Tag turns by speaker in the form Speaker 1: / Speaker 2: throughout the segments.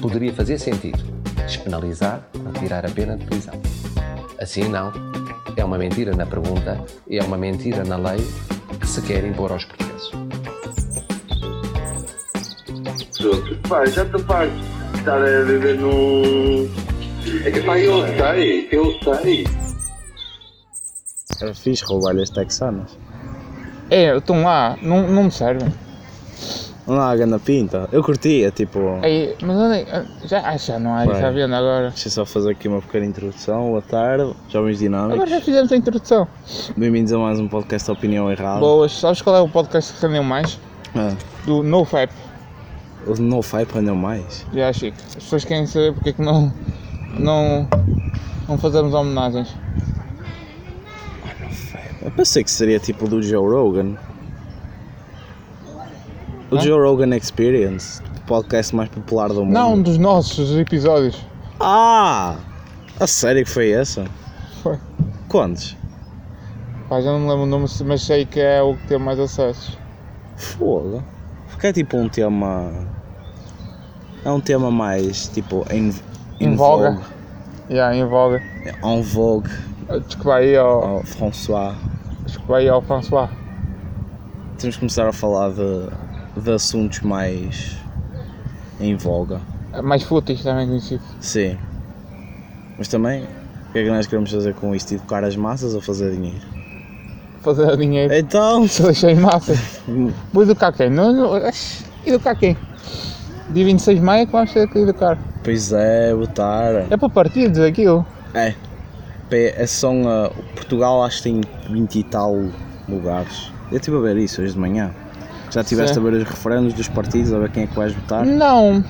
Speaker 1: poderia fazer sentido despenalizar ou tirar a pena de prisão. Assim não, é uma mentira na pergunta e é uma mentira na lei que se quer impor aos portugueses.
Speaker 2: Pronto, pá, já estou farto Tá, de estar a viver num... É que pá, eu sei, eu sei.
Speaker 3: É fixe roubar-lhes texanas.
Speaker 4: É, estão lá, não, não me servem.
Speaker 3: Não há ganda pinta. Eu curtia, tipo.
Speaker 4: Aí, mas onde é que- já, ah, já não há,
Speaker 3: Bem.
Speaker 4: já vendo agora.
Speaker 3: Deixa eu só fazer aqui uma pequena introdução. Boa tarde, jovens
Speaker 4: Agora já
Speaker 3: dinâmicos.
Speaker 4: fizemos a introdução.
Speaker 3: Bem-vindos a mais um podcast de opinião errada.
Speaker 4: Boas, sabes qual é o podcast que rendeu mais?
Speaker 3: Ah,
Speaker 4: Do NoFap.
Speaker 3: o de novo vai para não mais.
Speaker 4: Já, Chico. As pessoas querem saber porque é que não. não. não fazemos homenagens.
Speaker 3: Eu pensei que seria tipo do Joe Rogan. O
Speaker 4: Hã?
Speaker 3: Joe Rogan Experience, o podcast mais popular do mundo.
Speaker 4: Não, um dos nossos episódios.
Speaker 3: Ah! A sério que foi essa?
Speaker 4: Foi.
Speaker 3: Quantos?
Speaker 4: Pá, já não me lembro o nome, mas sei que é o que tem mais acessos.
Speaker 3: Foda. Porque é tipo um tema. É um tema mais tipo. Em,
Speaker 4: Em voga. Já, em voga.
Speaker 3: vogue. En vogue.
Speaker 4: Desculpa aí ao.
Speaker 3: Oh, François.
Speaker 4: Desculpa aí ao François.
Speaker 3: Temos que começar a falar de, de assuntos mais. em voga.
Speaker 4: É Mais fúteis também conhecido.
Speaker 3: Sim. Mas também. O que é que nós queremos fazer com isto? Educar as massas ou fazer dinheiro?
Speaker 4: Fazer dinheiro.
Speaker 3: Então.
Speaker 4: Se deixei massa. Vou educar quem? Não, é não, educar é quem? Dia 26 de maio é que vamos ter que educar.
Speaker 3: Pois é, botar.
Speaker 4: É para partidos aquilo.
Speaker 3: É. Pé, é são, ah, Portugal acho que tem 20 e tal lugares. Eu estive a ver isso hoje de manhã. Já estiveste
Speaker 4: Sim. Uhum.
Speaker 3: a ver os referendos dos partidos, a ver quem é que vais votar?
Speaker 4: Não.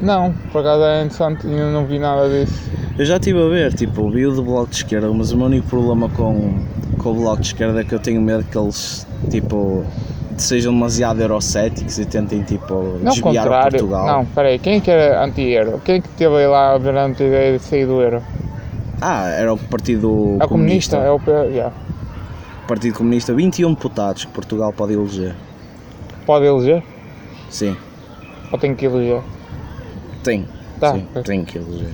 Speaker 4: Não, por acaso é interessante, ainda não vi nada disso.
Speaker 3: Eu já estive a ver, tipo, vi o do Bloco de Esquerda, mas o meu único problema com, com o Bloco de Esquerda é que eu tenho medo que eles, tipo, sejam demasiado eurocéticos e tentem, tipo,
Speaker 4: Não, o
Speaker 3: desviar o
Speaker 4: contrário.
Speaker 3: Portugal.
Speaker 4: Não, peraí, quem é que era anti-euro? Quem é que teve lá durante a ideia de sair do euro?
Speaker 3: Ah, era o Partido
Speaker 4: É o comunista, é o. P- Yeah.
Speaker 3: Partido Comunista, 21 deputados que Portugal pode eleger.
Speaker 4: Pode eleger?
Speaker 3: Sim,
Speaker 4: Ou tem que eleger?
Speaker 3: tem.
Speaker 4: Tá,
Speaker 3: Sim,
Speaker 4: pois.
Speaker 3: tem que eleger.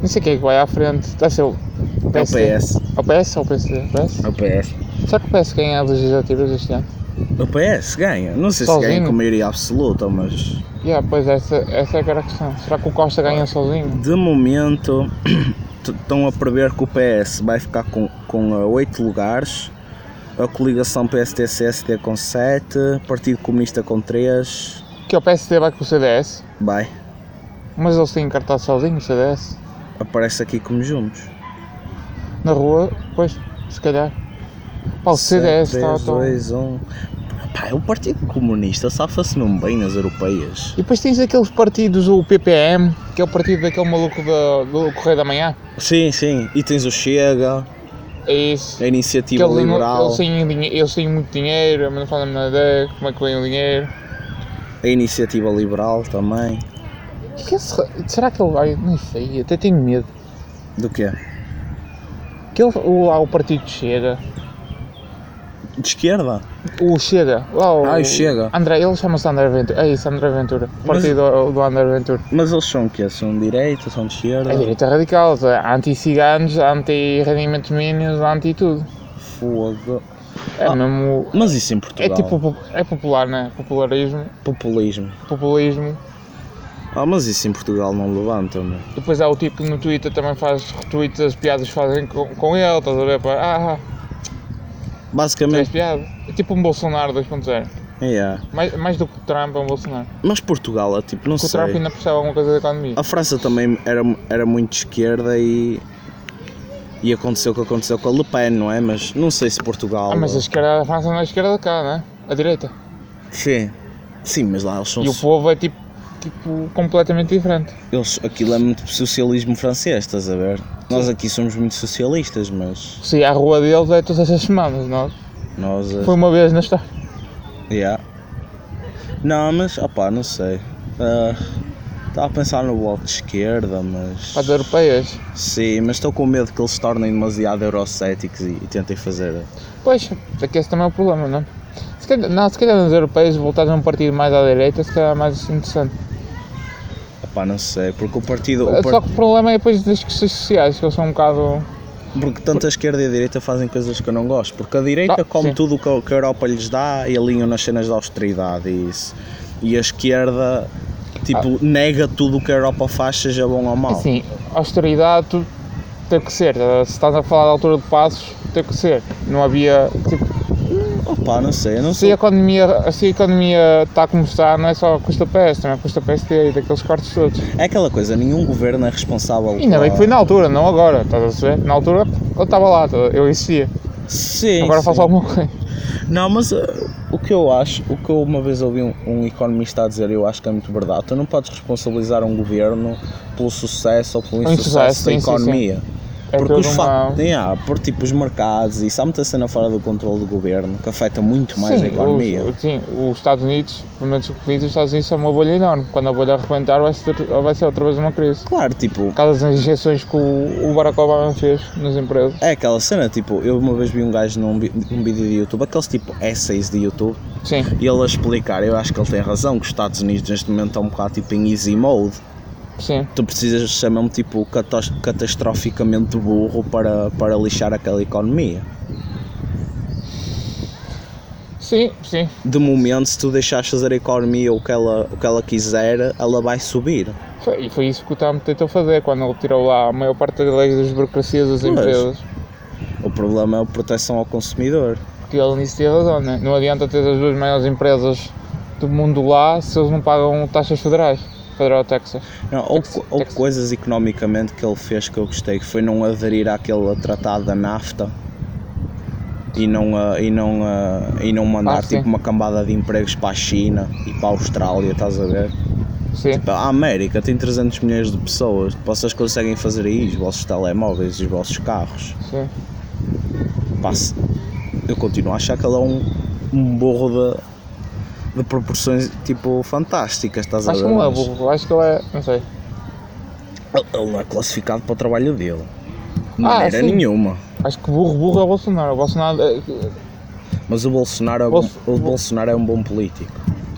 Speaker 4: Não sei quem é que vai à frente. Deve ser o.
Speaker 3: É o PS.
Speaker 4: É o PS ou o PSD? PS?
Speaker 3: É o PS.
Speaker 4: Será que o PS ganha as legislativas este ano?
Speaker 3: É O PS ganha. Não sei se
Speaker 4: Sozinho?
Speaker 3: ganha com maioria absoluta, mas
Speaker 4: Yeah, pois essa, essa é que era a questão. Será que o Costa ganha sozinho?
Speaker 3: de momento t- estão a prever que o PS vai ficar com, com eh, oito lugares, a coligação PST-CSD com sete, Partido Comunista com três,
Speaker 4: Que o PSD vai com o CDS,
Speaker 3: Vai,
Speaker 4: mas eles têm cartaz sozinho, o CDS.
Speaker 3: aparece aqui como juntos.
Speaker 4: Na rua, pois, se calhar. Pá, o CDS
Speaker 3: Sete,
Speaker 4: está
Speaker 3: três,
Speaker 4: tá tão. E
Speaker 3: dois, um. Pá, o Partido Comunista safa-se mesmo bem nas europeias.
Speaker 4: depois tens aqueles partidos, o PPM, que é o partido daquele maluco da- do Correio da Manhã.
Speaker 3: Sim, sim. E tens o Chega,
Speaker 4: É isso.
Speaker 3: a
Speaker 4: Que
Speaker 3: Iniciativa
Speaker 4: eles, não-
Speaker 3: tipo Liberal.
Speaker 4: eles, têm, dinhe- eles têm muito dinheiro, mas não fazem a menor ideia como é que vem o dinheiro.
Speaker 3: A Iniciativa Liberal também.
Speaker 4: Que que esse- será que ele vai? Não sei, até tenho medo.
Speaker 3: Do quê?
Speaker 4: Que ele, o, lá o partido Chega.
Speaker 3: De esquerda?
Speaker 4: O Chega. Lá o,
Speaker 3: Ah, o Chega.
Speaker 4: André, ele chama-se André Ventura. É isso, André Ventura.
Speaker 3: Mas-
Speaker 4: Partido do André Ventura.
Speaker 3: Mas eles são o quê? São de direita, são de esquerda?
Speaker 4: A direita radical, é anti-ciganos, anti-rendimentos mínimos, anti-tudo.
Speaker 3: Fogo.
Speaker 4: É
Speaker 3: Ah,
Speaker 4: mesmo.
Speaker 3: Mas isso em Portugal.
Speaker 4: É tipo. po- É popular, né? Popularismo.
Speaker 3: populismo.
Speaker 4: Populismo.
Speaker 3: Ah, mas isso em Portugal não levanta, meu.
Speaker 4: Depois há o tipo que no Twitter também faz retweets, as piadas que fazem com, com ele, estás a ver? Pá, ah, ah, fez
Speaker 3: Basicamente,
Speaker 4: piada. É tipo um Bolsonaro 2.0.
Speaker 3: é.
Speaker 4: Mais, mais do que o Trump é um Bolsonaro.
Speaker 3: Mas Portugal é tipo, não
Speaker 4: Porque o
Speaker 3: sei. Ah,
Speaker 4: Trump ainda percebe alguma coisa da economia.
Speaker 3: A França também era, era muito de esquerda e. E aconteceu o que aconteceu com a Le Pen, não é? Mas não sei se Portugal.
Speaker 4: Ah, mas a esquerda da França não é a esquerda cá, né? A direita.
Speaker 3: Sim. Sim, mas lá eles são.
Speaker 4: E o povo é tipo, tipo completamente diferente.
Speaker 3: Eles, aquilo é muito socialismo francês, estás a ver? Nós aqui somos muito socialistas, mas.
Speaker 4: Se ir à rua deles é todas as semanas, nós.
Speaker 3: Nós. eh,
Speaker 4: Foi uma vez na história.
Speaker 3: Yeah. Não, mas opá, não sei. Estava a pensar no bloco de esquerda, mas.
Speaker 4: As europeias.
Speaker 3: Sim, mas estou com medo que eles se tornem demasiado eurocéticos e, e tentem fazer.
Speaker 4: Pois, é que esse também é o problema, não é? Se calhar, não, se calhar nas europeias voltar a um partido mais à direita, se calhar é mais interessante.
Speaker 3: Pá, não sei, porque o partido. o
Speaker 4: Só
Speaker 3: par-
Speaker 4: que o problema é depois das questões sociais, que eu sou um bocado.
Speaker 3: Porque tanto a esquerda e a direita fazem coisas que eu não gosto. Porque a direita
Speaker 4: Ah,
Speaker 3: come
Speaker 4: sim.
Speaker 3: tudo o que a- que a Europa lhes dá e alinham nas cenas de austeridade e isso. E a esquerda,
Speaker 4: Ah.
Speaker 3: tipo, nega tudo o que a Europa faz, seja bom ou mau.
Speaker 4: Assim, austeridade tu- teve que ser. Eh, Se estás a falar da altura de passos, teve que ser. Não havia. Tipo,
Speaker 3: Pá, não sei, eu não
Speaker 4: se a
Speaker 3: sei.
Speaker 4: economia se a economia está como está, não é só custa PS, também custa PST e daqueles cortes todos.
Speaker 3: É aquela coisa, nenhum governo é responsável.
Speaker 4: Ainda bem que foi
Speaker 3: pela-
Speaker 4: na altura, não agora, estás a perceber? Na altura eu estava lá, tá? eu existia.
Speaker 3: Sim.
Speaker 4: Agora
Speaker 3: sim.
Speaker 4: faço alguma coisa.
Speaker 3: Não, mas uh, o que eu acho, o que eu uma vez ouvi um, um economista a dizer, eu acho que é muito verdade, tu não podes responsabilizar um governo pelo sucesso ou pelo
Speaker 4: Pelo
Speaker 3: insucesso
Speaker 4: insucesso,
Speaker 3: da
Speaker 4: Um sim, sim, sim.
Speaker 3: economia.
Speaker 4: É
Speaker 3: Porque
Speaker 4: toda
Speaker 3: os
Speaker 4: uma-
Speaker 3: fa- yeah, por tipo os mercados e isso há muita cena fora do controle do governo que afeta muito mais a
Speaker 4: Sim,
Speaker 3: economia.
Speaker 4: Os, sim, os Estados Unidos, pelo menos o que diz, os Estados Unidos são uma bolha enorme. Quando a bolha arrebentar, vai ser, vai ser outra vez uma crise.
Speaker 3: Claro, tipo,
Speaker 4: Por causa das injeções que o, o Barack Obama fez nas empresas.
Speaker 3: é aquela cena, tipo, eu uma vez vi um gajo num vi- num vídeo de YouTube, aqueles tipo essays de YouTube,
Speaker 4: Sim,
Speaker 3: e ele a explicar, eu acho que ele tem razão, que os Estados Unidos neste momento estão um bocado tipo em easy mode.
Speaker 4: sim.
Speaker 3: tu precisas ser mesmo tipo catos- catastroficamente burro para, para lixar aquela economia.
Speaker 4: Sim, sim.
Speaker 3: De momento, se tu deixares fazer a economia o que ela, o que ela quiser, ela vai subir.
Speaker 4: Foi- e foi isso que o Trump tentou fazer quando ele tirou lá a maior parte das leis das burocracias das
Speaker 3: Pois.
Speaker 4: empresas.
Speaker 3: O problema é a proteção ao consumidor.
Speaker 4: Que ele nisso tinha razão, né? Não adianta ter as duas maiores empresas do mundo lá se eles não pagam taxas federais. Federal Texas.
Speaker 3: Não, ou,
Speaker 4: Texas-
Speaker 3: ou
Speaker 4: Texas.
Speaker 3: coisas economicamente que ele fez que eu gostei, que foi não aderir àquele tratado da NAFTA e não, ah, e não, ah, e não mandar
Speaker 4: Ah, sim.
Speaker 3: tipo uma cambada de empregos para a China e para a Austrália, estás a ver?
Speaker 4: Sim.
Speaker 3: A América tem 300 milhões de pessoas, vocês conseguem fazer aí os vossos telemóveis e os vossos carros.
Speaker 4: Sim.
Speaker 3: Pá, se- eu continuo a achar que ele é um, um burro de, de proporções tipo fantásticas, estás
Speaker 4: Acho
Speaker 3: a
Speaker 4: que
Speaker 3: ver?
Speaker 4: não é
Speaker 3: Mas
Speaker 4: burro, acho que ele é. não sei.
Speaker 3: ele- Ele não é classificado para o trabalho dele. De
Speaker 4: Ah,
Speaker 3: maneira
Speaker 4: sim.
Speaker 3: nenhuma.
Speaker 4: Acho que burro, burro é o Bolsonaro. O Bolsonaro é,
Speaker 3: Mas o Bolsonaro, é,
Speaker 4: Bolso-
Speaker 3: bom- o Bolsonaro é um bom político.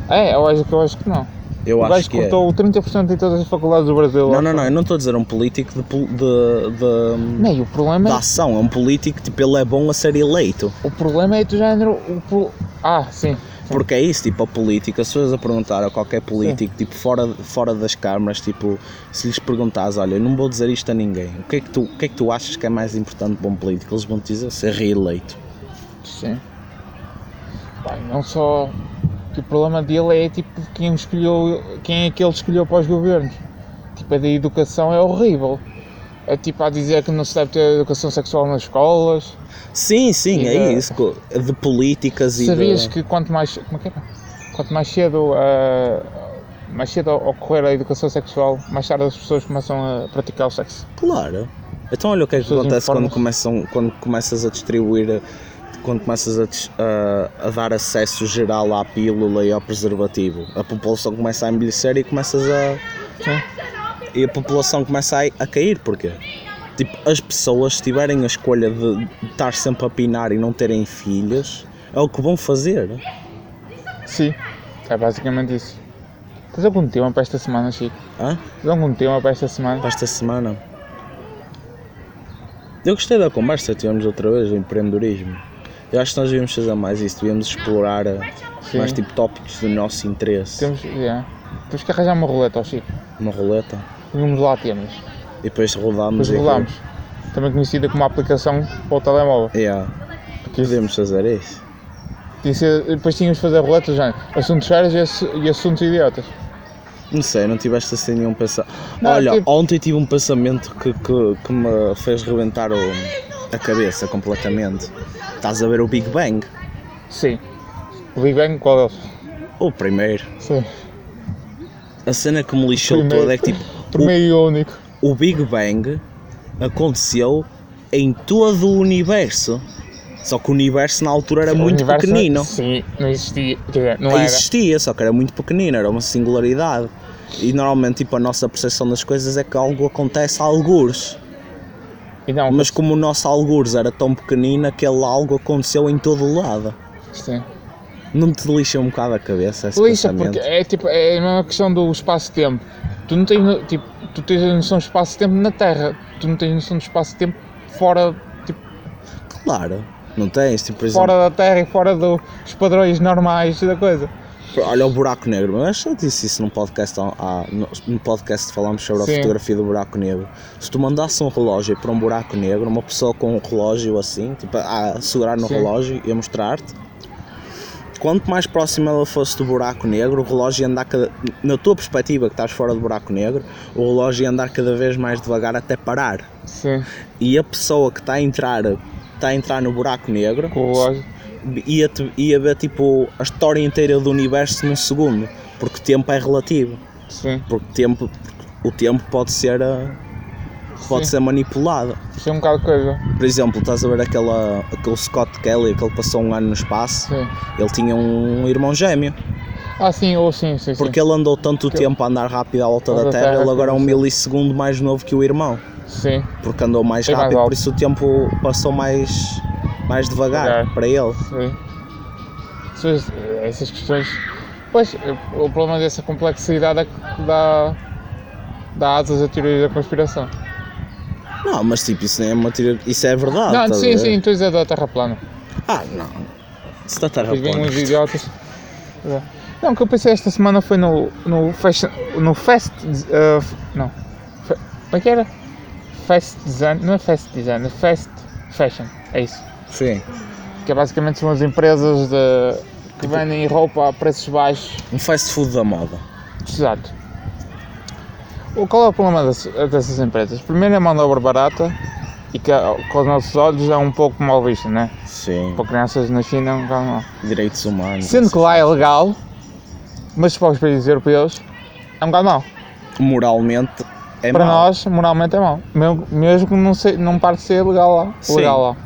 Speaker 4: é eu, acho, que- eu acho que não.
Speaker 3: Eu
Speaker 4: o
Speaker 3: acho
Speaker 4: gajo
Speaker 3: que é.
Speaker 4: cortou 30% de todas as faculdades do Brasil.
Speaker 3: Não, não, não, eu não estou a dizer um político de, pol- de, de,
Speaker 4: Não, e o problema,
Speaker 3: de ação, é um político tipo, ele é bom a ser eleito.
Speaker 4: o problema é do género. O pro... Ah, sim.
Speaker 3: Porque é isso, tipo, a política, se fores a perguntar a qualquer político, tipo, fora, fora das câmaras, tipo, se lhes perguntares, olha, eu não vou dizer isto a ninguém, o que é que tu, o que é que tu achas que é mais importante para um político? Eles vão te dizer ser reeleito.
Speaker 4: Sim. Pá, não só. Que o problema dele é tipo quem escolheu. Quem é que ele escolheu para os governos. Tipo, a da educação é horrível. É tipo a dizer que não se deve ter educação sexual nas escolas.
Speaker 3: Sim, sim,
Speaker 4: E
Speaker 3: é
Speaker 4: de-
Speaker 3: isso, co- de políticas e
Speaker 4: Sabias
Speaker 3: de...
Speaker 4: que quanto mais. Como é que era? Quanto mais cedo. ah, mais cedo ocorrer a educação sexual, mais tarde as pessoas começam a praticar o sexo.
Speaker 3: Claro. Então olha o que é que
Speaker 4: Pessoas
Speaker 3: acontece quando,
Speaker 4: informes.
Speaker 3: começam, quando começas a distribuir, quando começas a, dis- a- a dar acesso geral à pílula e ao preservativo. A população começa a envelhecer e começas a...
Speaker 4: Sim.
Speaker 3: E a população começa a, a cair, porquê? Tipo, as pessoas se tiverem a escolha de estar sempre a pinar e não terem filhos, é o que vão fazer.
Speaker 4: Sim. É basicamente isso. Tens algum tema para esta semana, Chico?
Speaker 3: Hã?
Speaker 4: Tens algum tema para esta semana?
Speaker 3: Para esta semana. Eu gostei da conversa que tivemos outra vez, do empreendedorismo. Eu acho que nós devíamos fazer mais isso, devíamos explorar eh,
Speaker 4: Sim.
Speaker 3: mais tipo tópicos do nosso interesse.
Speaker 4: Temos, yeah. Temos que arranjar uma roleta ao Chico.
Speaker 3: Uma roleta.
Speaker 4: E vamos lá temas.
Speaker 3: E depois rodámos
Speaker 4: Depois
Speaker 3: e-
Speaker 4: rolamos.
Speaker 3: é.
Speaker 4: Também conhecida como aplicação para o telemóvel.
Speaker 3: Yeah. Podemos fazer isso.
Speaker 4: Tinha que ser- Depois tínhamos de fazer roletas já. Assuntos sérios e assu- e assuntos idiotas.
Speaker 3: Não sei, não tiveste assim nenhum pensamento.
Speaker 4: Não, tipo-
Speaker 3: Olha,
Speaker 4: tive.
Speaker 3: ontem tive um pensamento que, que, que me fez reventar o- a cabeça completamente. Estás a ver o Big Bang?
Speaker 4: Sim. O Big Bang, qual deles?
Speaker 3: O primeiro.
Speaker 4: Sim.
Speaker 3: A cena que me lixou
Speaker 4: Primeiro.
Speaker 3: toda é que tipo,
Speaker 4: Primeiro e único.
Speaker 3: o Big Bang aconteceu em todo o universo. Só que o universo na altura era
Speaker 4: O
Speaker 3: muito
Speaker 4: universo-
Speaker 3: pequenino.
Speaker 4: Sim, não existia. Quer dizer, não era.
Speaker 3: existia, só que era muito pequenino, era uma singularidade. E normalmente tipo, a nossa percepção das coisas é que algo acontece a algures.
Speaker 4: E não,
Speaker 3: Mas como o nosso algures era tão pequenino, aquele algo aconteceu em todo o lado.
Speaker 4: sim.
Speaker 3: Não te lixa um bocado a cabeça esse
Speaker 4: Lixa,
Speaker 3: pensamento?
Speaker 4: porque é tipo, é a mesma questão do espaço-tempo. Tu não tens, no- tipo, tu tens a noção de espaço-tempo na Terra, tu não tens noção de espaço-tempo fora, tipo,
Speaker 3: Claro, não tens, tipo, por exemplo,
Speaker 4: fora da Terra e fora do- dos padrões normais da coisa.
Speaker 3: olha o buraco negro, mas eu disse isso num podcast, há- há- num podcast falámos sobre a
Speaker 4: Sim.
Speaker 3: fotografia do buraco negro. Se tu mandasse um relógio para um buraco negro, uma pessoa com um relógio assim, tipo, a segurar no
Speaker 4: Sim.
Speaker 3: relógio e a mostrar-te, quanto mais próximo ela fosse do buraco negro, o relógio ia andar cada, na tua perspectiva que estás fora do buraco negro, o relógio ia andar cada vez mais devagar até parar.
Speaker 4: Sim,
Speaker 3: E a pessoa que está a entrar, está a entrar no buraco negro,
Speaker 4: com o relógio.
Speaker 3: ia, ia ver tipo a história inteira do universo num segundo, porque tempo é relativo,
Speaker 4: Sim,
Speaker 3: porque tempo, o tempo pode ser ah, pode
Speaker 4: Sim.
Speaker 3: ser manipulado.
Speaker 4: isso é um bocado de coisa.
Speaker 3: Por exemplo, estás a ver aquela, aquele Scott Kelly, que ele passou um ano no espaço,
Speaker 4: Sim.
Speaker 3: ele tinha um irmão gêmeo,
Speaker 4: Ah, sim, ou sim, sim, sim.
Speaker 3: porque ele andou tanto tempo a andar rápido à volta da
Speaker 4: Volta à
Speaker 3: Terra,
Speaker 4: Terra,
Speaker 3: ele agora é um
Speaker 4: sim.
Speaker 3: milissegundo mais novo que o irmão,
Speaker 4: Sim,
Speaker 3: porque andou mais
Speaker 4: É mais
Speaker 3: rápido, por
Speaker 4: alto.
Speaker 3: isso o tempo passou mais, mais devagar
Speaker 4: Devagar.
Speaker 3: para ele.
Speaker 4: sim. Essas, essas questões. Pois, o problema dessa complexidade é que dá, dá asas a teoria da conspiração.
Speaker 3: Não, mas tipo, isso não é uma teoria, isso é verdade.
Speaker 4: não,
Speaker 3: estás a
Speaker 4: sim,
Speaker 3: ver?
Speaker 4: sim, tu és a da Terra plana.
Speaker 3: Ah, não. tá Se está
Speaker 4: Depois vêm uns
Speaker 3: terraplanista.
Speaker 4: idiotas. É. Não, o que eu pensei esta semana foi no, no, fashion, no Fest. eh, f- não. Fe- Como é que era? Fest Design. Não é Fest Design, é Fest Fashion. É isso.
Speaker 3: Sim.
Speaker 4: Que é basicamente são as empresas de, que vendem roupa a preços baixos.
Speaker 3: Um fast food da moda.
Speaker 4: Exato. O- Qual é o problema das- dessas empresas? Primeiro é a mão de obra barata e que ao- com os nossos olhos é um pouco mal vista, né?
Speaker 3: Sim.
Speaker 4: Para crianças na China é um bocado mal.
Speaker 3: Direitos humanos. assim.
Speaker 4: Sendo que lá é legal, mas para os países europeus é um bocado mau.
Speaker 3: Moralmente é
Speaker 4: para
Speaker 3: mau.
Speaker 4: nós, moralmente é mau. Mesmo, mesmo que não, se- não pare de ser legal lá.
Speaker 3: Sim.
Speaker 4: Legal lá.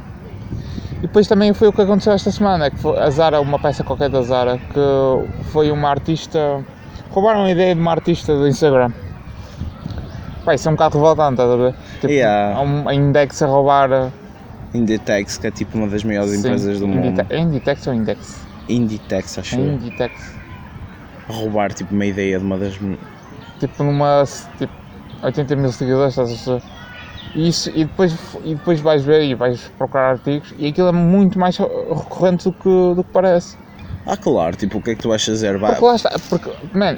Speaker 4: E depois também foi o que aconteceu esta semana, é que foi a Zara, uma peça qualquer da Zara, que foi uma artista. roubaram a ideia de uma artista do Instagram. Pá, isso é um bocado revoltante, estás a ver? Tipo,
Speaker 3: Yeah.
Speaker 4: há um a index a roubar. uh,
Speaker 3: Inditex, que é tipo uma das maiores
Speaker 4: sim,
Speaker 3: empresas do mundo.
Speaker 4: Indite- É Inditex ou Index?
Speaker 3: Inditex,
Speaker 4: É
Speaker 3: acho eu.
Speaker 4: Inditex.
Speaker 3: Roubar tipo uma ideia de uma das.
Speaker 4: tipo numa tipo, 80 mil seguidores, estás a perceber? E, isso, e, depois, e depois vais ver e vais procurar artigos e aquilo é muito mais recorrente do que, do que parece.
Speaker 3: Ah, claro, tipo, o que é que tu achas Herbal?
Speaker 4: Porque lá está, porque, man,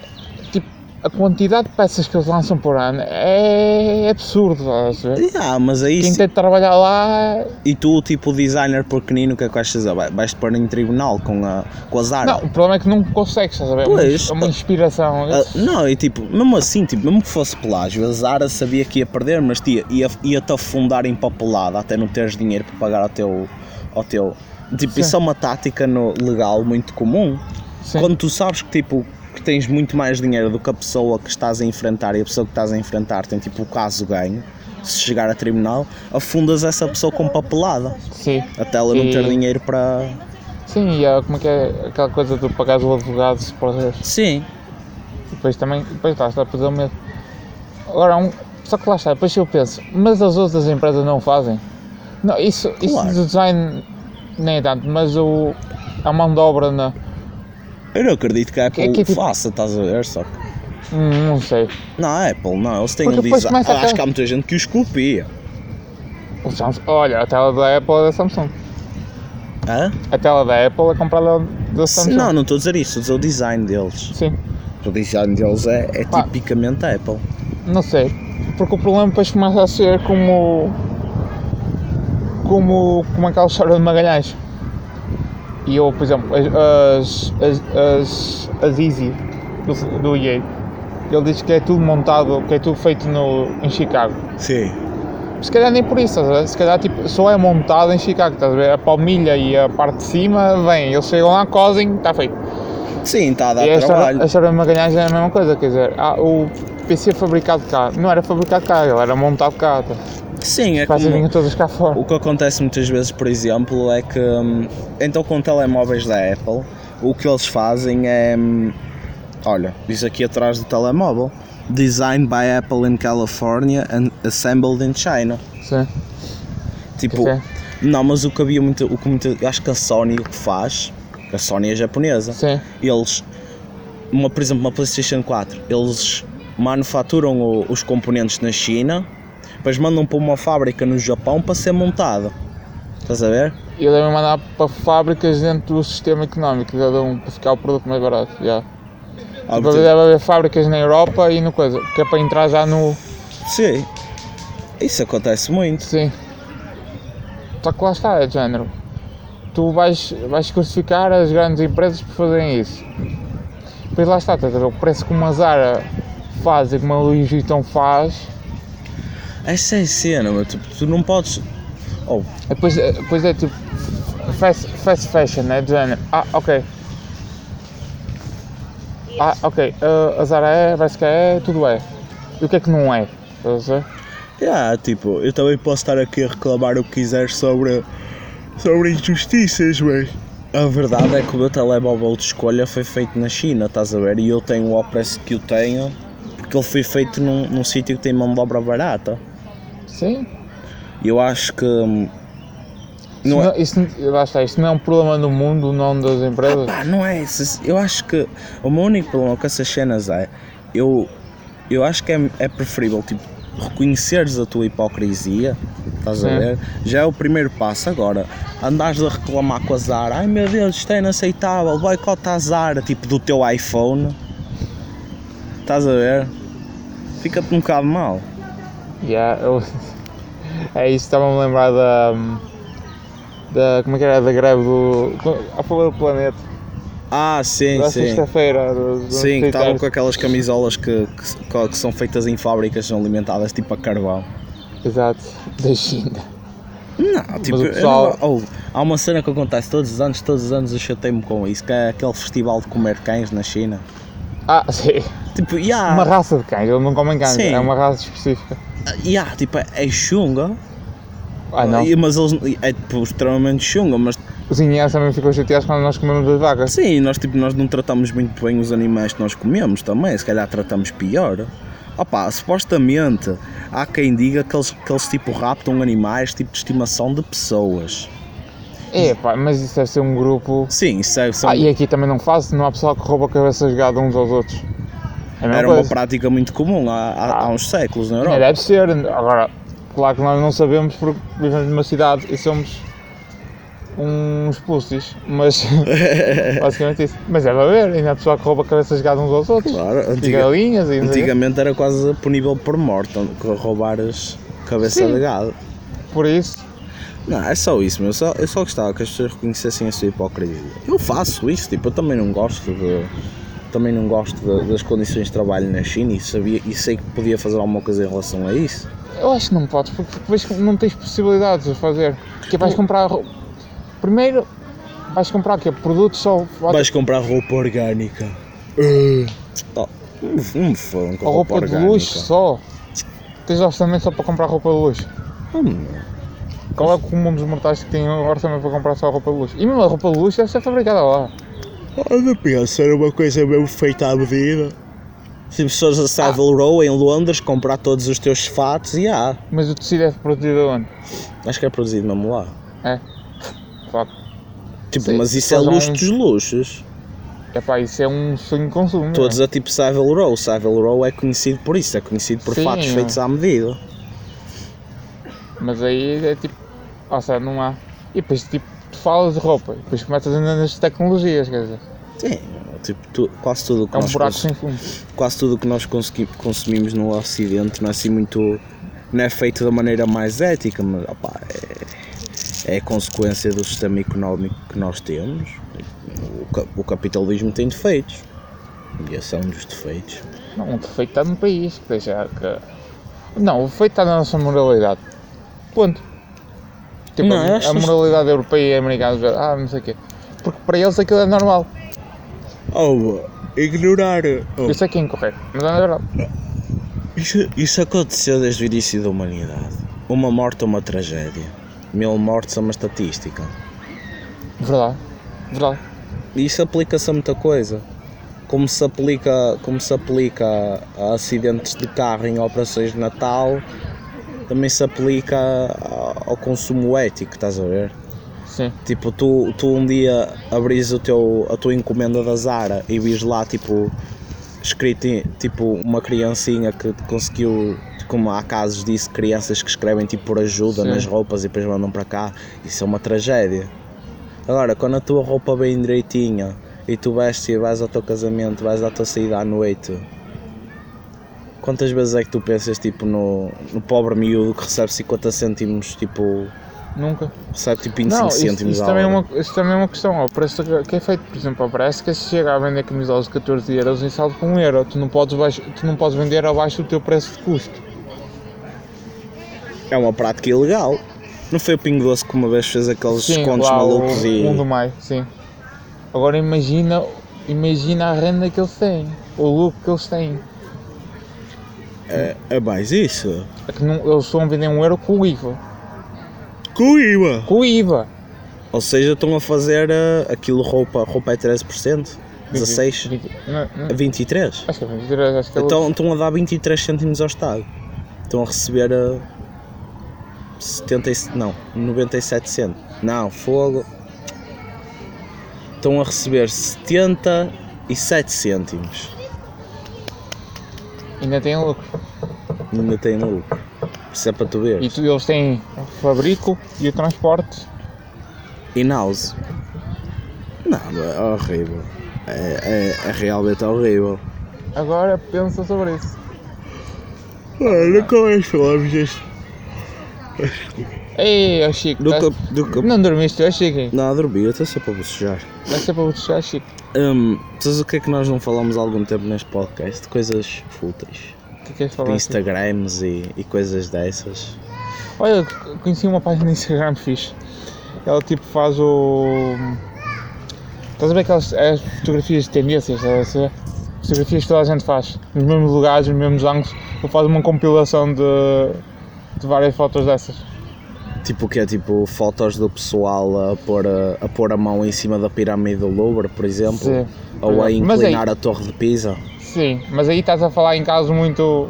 Speaker 4: tipo, a quantidade de peças que eles lançam por ano é absurdo, estás a perceber?
Speaker 3: Ah, mas aí
Speaker 4: Quem
Speaker 3: sim.
Speaker 4: tem de trabalhar lá.
Speaker 3: E tu, tipo, designer pequenino, o que é que achas? Ah, vai- Vais-te pôr em tribunal com a, com a Zara?
Speaker 4: Não, o problema é que não consegues, estás a ver? É uma-
Speaker 3: Pois.
Speaker 4: é uma inspiração.
Speaker 3: Ah, não, e tipo, mesmo assim, tipo, mesmo que fosse pelágio, a Zara sabia que ia perder, mas tia, ia- ia-te afundar em papelada até não teres dinheiro para pagar ao teu. Ao teu. Tipo,
Speaker 4: Sim.
Speaker 3: isso é uma tática no- legal muito comum.
Speaker 4: Sim.
Speaker 3: Quando tu sabes que, tipo, que tens muito mais dinheiro do que a pessoa que estás a enfrentar e a pessoa que estás a enfrentar tem, tipo, o caso ganho, se chegar a tribunal, afundas essa pessoa com papelada
Speaker 4: Sim.
Speaker 3: até ela não ter
Speaker 4: E-
Speaker 3: dinheiro para.
Speaker 4: Sim, e é, como é que é aquela coisa de pagar os advogados para
Speaker 3: Sim.
Speaker 4: Depois também, depois lá está, depois é o mesmo. Agora, um, só que lá está, depois eu penso, mas as outras empresas não fazem? Não, isso, isso
Speaker 3: Claro.
Speaker 4: do design nem é tanto, mas o, a mão de obra, na,
Speaker 3: Eu não acredito que a Apple
Speaker 4: que é tipo-
Speaker 3: faça, estás a ver? Só que.
Speaker 4: hum, não sei,
Speaker 3: Não, a Apple não, eles têm
Speaker 4: Porque
Speaker 3: um
Speaker 4: depois
Speaker 3: design.
Speaker 4: começa a
Speaker 3: acho
Speaker 4: ter-
Speaker 3: que há muita gente que os copia.
Speaker 4: o Samsung, olha, a tela da Apple é da Samsung,
Speaker 3: Hã?
Speaker 4: a tela da Apple é comprada da Samsung.
Speaker 3: Não, não estou a dizer isso, estou a dizer o design deles.
Speaker 4: Sim,
Speaker 3: O design deles é, é
Speaker 4: Pá.
Speaker 3: tipicamente a Apple.
Speaker 4: não sei, porque o problema depois começa a ser como, como, como aquela história de Magalhães. E eu, por exemplo, as, as, as, as Easy do, do Yale, ele diz que é tudo montado, que é tudo feito no, em Chicago.
Speaker 3: Sim.
Speaker 4: Se calhar nem por isso, estás a ver? se calhar tipo, só é montado em Chicago, estás a ver? A palmilha e a parte de cima, vem, eles chegam lá, cozem, está feito.
Speaker 3: Sim, está a dar
Speaker 4: E a história,
Speaker 3: trabalho.
Speaker 4: a história de Magalhães é a mesma coisa, quer dizer, ah, o PC fabricado cá, não era fabricado cá, ele era montado cá, tá?
Speaker 3: Sim, é
Speaker 4: quase vinham
Speaker 3: como.
Speaker 4: todas cá fora.
Speaker 3: O que acontece muitas vezes, por exemplo, é que. hum, Então, com telemóveis da Apple, o que eles fazem é. hum, Olha, diz aqui atrás do telemóvel: Designed by Apple in California and assembled in China.
Speaker 4: Sim,
Speaker 3: Tipo,
Speaker 4: Sim.
Speaker 3: não, mas o que havia muito, o que muito, eu acho que a Sony o que faz, a Sony é japonesa,
Speaker 4: sim,
Speaker 3: eles, uma, por exemplo, uma PlayStation 4, eles manufaturam o- os componentes na China, depois mandam para uma fábrica no Japão para ser montado. Estás a ver?
Speaker 4: E devem mandar para fábricas dentro do sistema económico, já dão para ficar o produto mais barato. Já.
Speaker 3: Ah,
Speaker 4: Tipo,
Speaker 3: portanto-
Speaker 4: deve haver fábricas na Europa e no coisa, que é para entrar já no.
Speaker 3: Sim. Isso acontece muito.
Speaker 4: Sim. Só que lá está, é de género. Tu vais, vais crucificar as grandes empresas por fazerem isso. Pois lá está, estás a ver? O preço que uma Zara faz e que uma Louis Vuitton faz.
Speaker 3: Essa é a cena, meu. Tipo, tu não podes. Oh,
Speaker 4: Depois, depois é tipo. Fast, fast fashion, é de género. Ah, ok. Ah, ok. ah, a Zara é, parece que é, tudo é. E o que é que não é? Estás a ver?
Speaker 3: yeah, tipo, eu também posso estar aqui a reclamar o que quiser sobre, sobre injustiças, mas. A verdade é que o meu telemóvel de escolha foi feito na China, estás a ver? E eu tenho o preço que eu tenho porque ele foi feito num, num sítio que tem mão de obra barata.
Speaker 4: Sim.
Speaker 3: E eu acho que. hum,
Speaker 4: Não
Speaker 3: Não é,
Speaker 4: isso, lá está, isto não é um problema do mundo, não das empresas.
Speaker 3: Pá, não é isso. Eu acho que o meu único problema com essas cenas é. Eu, eu acho que é, é preferível, tipo, reconheceres a tua hipocrisia, estás a
Speaker 4: Sim.
Speaker 3: ver? Já é o primeiro passo. Agora, andares a reclamar com a Zara, ai meu Deus, isto é inaceitável, boicota a Zara, tipo, do teu iPhone, estás a ver? Fica-te um bocado mal.
Speaker 4: Yeah, eu- É isso, estava-me a lembrar da. da como é que era? Da greve do. A falar do planeta.
Speaker 3: Ah, sim,
Speaker 4: da
Speaker 3: sim.
Speaker 4: sexta-feira. do- do-
Speaker 3: Sim, que
Speaker 4: do-
Speaker 3: estavam com aquelas camisolas que, que, que são feitas em fábricas, são alimentadas tipo a carvão.
Speaker 4: Exato, da China.
Speaker 3: Não, tipo,
Speaker 4: o
Speaker 3: eu
Speaker 4: pessoal-
Speaker 3: não- houve- há uma cena que acontece todos os anos, todos os anos eu chatei-me com isso, que é aquele festival de comer cães na China.
Speaker 4: Ah, sim.
Speaker 3: Tipo, e há,
Speaker 4: Uma raça de cães, eles não comem cães,
Speaker 3: Sim.
Speaker 4: é uma raça específica.
Speaker 3: e há, tipo, é chunga,
Speaker 4: Ah, não.
Speaker 3: e- mas eles, é tipo, extremamente chunga, mas
Speaker 4: Os indianos também ficam chateados quando nós comemos as vacas.
Speaker 3: sim, nós, tipo, nós não tratamos muito bem os animais que nós comemos também, se calhar tratamos pior. Opa, supostamente há quem diga que eles, que eles tipo, raptam animais tipo de estimação de pessoas.
Speaker 4: É, pá, mas isso deve ser um grupo.
Speaker 3: Sim, isso é, são-
Speaker 4: Ah, e aqui também não faz, não há pessoal que rouba a cabeça jogada uns aos outros. É a mesma
Speaker 3: era uma
Speaker 4: coisa.
Speaker 3: prática muito comum há, há, há uns séculos na Europa.
Speaker 4: É, deve ser. Agora, claro que nós não sabemos porque vivemos numa cidade e somos uns pussies, mas basicamente isso. Mas deve haver, ainda há pessoal que rouba cabeças de gado uns aos outros.
Speaker 3: Claro,
Speaker 4: E
Speaker 3: antiga-
Speaker 4: galinhas e não sei o quê.
Speaker 3: antigamente era quase punível por morte que roubares cabeça
Speaker 4: Sim.
Speaker 3: de gado.
Speaker 4: Por isso,
Speaker 3: Não, é só isso, meu. Eu só, eu só gostava que as pessoas reconhecessem a sua hipocrisia. Eu faço isso, tipo, eu também não gosto de. Também não gosto de- das condições de trabalho na China e, sabia, e sei que podia fazer alguma coisa em relação a isso.
Speaker 4: eu acho que não podes, porque depois não tens possibilidades de fazer. Que vais comprar. rou- Primeiro, vais comprar que produtos só.
Speaker 3: Vais comprar roupa orgânica. Oh, não me fodam com
Speaker 4: Ou
Speaker 3: roupa,
Speaker 4: Uh. roupa de
Speaker 3: orgânica.
Speaker 4: luxo só. Tens orçamento só para comprar roupa de luxo.
Speaker 3: Hum,
Speaker 4: Qual é o comum dos mortais que tem orçamento para comprar só roupa de luxo? E mesmo a roupa de luxo deve ser fabricada lá.
Speaker 3: Olha, pensa, era uma coisa é mesmo feita à medida. Se pessoas a
Speaker 4: Ah.
Speaker 3: Savile Row em Londres comprar todos os teus fatos e há.
Speaker 4: Mas o tecido é produzido onde?
Speaker 3: Acho que é produzido mesmo lá.
Speaker 4: Fuck.
Speaker 3: Tipo,
Speaker 4: Sim,
Speaker 3: mas isso é
Speaker 4: pois há
Speaker 3: luxo
Speaker 4: um-
Speaker 3: dos luxos.
Speaker 4: Epá, isso é um sonho de consumo. não é?
Speaker 3: Todos a tipo Savile Row. Savile Row é conhecido por isso, é conhecido por
Speaker 4: Sim,
Speaker 3: fatos
Speaker 4: não.
Speaker 3: feitos à medida.
Speaker 4: Mas aí é tipo. Ou seja, não há. E depois tipo, tu falas de roupa e depois começas ainda nas tecnologias, quer dizer.
Speaker 3: Sim, tipo, tu- quase tudo o que
Speaker 4: É um
Speaker 3: nós
Speaker 4: buraco
Speaker 3: cons-
Speaker 4: sem fundo.
Speaker 3: quase tudo o que nós consegui- consumimos no Ocidente não é assim muito. não é feito da maneira mais ética, mas opá, é, é consequência do sistema económico que nós temos. O, ca- o capitalismo tem defeitos. E esse é um dos defeitos.
Speaker 4: Não, o defeito está no país, que deixa que. Não, o defeito está na nossa moralidade. Ponto. Tipo,
Speaker 3: Não, eu
Speaker 4: a,
Speaker 3: acho
Speaker 4: a
Speaker 3: que-
Speaker 4: moralidade europeia e americana, ah, não sei o quê. Porque para eles aquilo é normal.
Speaker 3: Oh, ignorar. Oh.
Speaker 4: Isso é que é incorreto. Mas é verdade.
Speaker 3: Isso, isso aconteceu desde o início da humanidade. Uma morte é uma tragédia. Mil mortes é uma estatística.
Speaker 4: Verdade. Verdade.
Speaker 3: E isso aplica-se a muita coisa. Como se aplica, como se aplica a acidentes de carro em operações de Natal, também se aplica a- ao consumo ético, estás a ver?
Speaker 4: Sim.
Speaker 3: Tipo, tu, tu um dia abris o teu, a tua encomenda da Zara e vires lá, tipo, escrito em- tipo uma criancinha que conseguiu, como há casos disso, crianças que escrevem tipo por ajuda
Speaker 4: Sim.
Speaker 3: nas roupas e depois mandam para cá, isso é uma tragédia. Agora, quando a tua roupa bem direitinha e tu vestes e vais ao teu casamento, vais à tua saída à noite, quantas vezes é que tu pensas tipo no, no pobre miúdo que recebe 50 cêntimos, tipo,
Speaker 4: Nunca.
Speaker 3: recebe tipo
Speaker 4: Não,
Speaker 3: 25
Speaker 4: isso,
Speaker 3: cêntimos
Speaker 4: isso
Speaker 3: à
Speaker 4: também é
Speaker 3: hora?
Speaker 4: uma, isso também é uma questão. ó, O preço que- que é feito, por exemplo, a Bresca se chega a vender camisolas de 14 euros e saldo com 1 euro. Tu não, podes baix- tu não podes vender abaixo do teu preço de custo.
Speaker 3: É uma prática ilegal. Não foi o Pingo Doce que uma vez fez aqueles descontos
Speaker 4: lá, o-
Speaker 3: malucos e.
Speaker 4: Um do maio, sim. Agora imagina, imagina a renda que eles têm, o lucro que eles têm.
Speaker 3: É, é mais isso?
Speaker 4: É que não, eles estão a vender um euro com o IVA.
Speaker 3: Com IVA!
Speaker 4: Com o IVA!
Speaker 3: Ou seja, estão a fazer ah, aquilo roupa. Roupa é 13%?
Speaker 4: Uhum.
Speaker 3: 16?
Speaker 4: 20, não, não,
Speaker 3: 23?
Speaker 4: acho que é 23, acho que é
Speaker 3: Então estão a dar 23 cêntimos ao Estado. Estão a receber a. 70 e- não, 97 cêntimos. Não, fogo. Estão a receber 77 cêntimos.
Speaker 4: ainda tem lucro.
Speaker 3: Ainda tem lucro. Isso é para tu ver.
Speaker 4: E tu- eles têm o fabrico e o transporte.
Speaker 3: In-house. Não, é horrível. É, é, é realmente horrível.
Speaker 4: Agora pensa sobre isso.
Speaker 3: Mano, nunca mais falamos deste.
Speaker 4: Ei, ó Chico,
Speaker 3: Nunca.
Speaker 4: tá-
Speaker 3: nunca...
Speaker 4: não dormiste, ó Chico?
Speaker 3: Não, dormi, eu estou só para bocejar.
Speaker 4: Vai ser para buscar, Chico.
Speaker 3: Hum, sabes o que é que nós não falamos há algum tempo neste podcast? Coisas fúteis.
Speaker 4: O que queres
Speaker 3: De
Speaker 4: falar? Chico?
Speaker 3: Instagrams e, e coisas dessas.
Speaker 4: Olha, eu conheci uma página no Instagram fixe. Ela tipo faz o. Estás a ver aquelas as fotografias de tendências, estás a ver? Fotografias que toda a gente faz, nos mesmos lugares, nos mesmos ângulos. Ele faz uma compilação de, de várias fotos dessas.
Speaker 3: Tipo o que é? Tipo fotos do pessoal a pôr a, a pôr a mão em cima da pirâmide do Louvre, por exemplo.
Speaker 4: Sim.
Speaker 3: Ou a
Speaker 4: Mas aí-
Speaker 3: inclinar a torre de Pisa.
Speaker 4: Sim, mas aí estás a falar em casos muito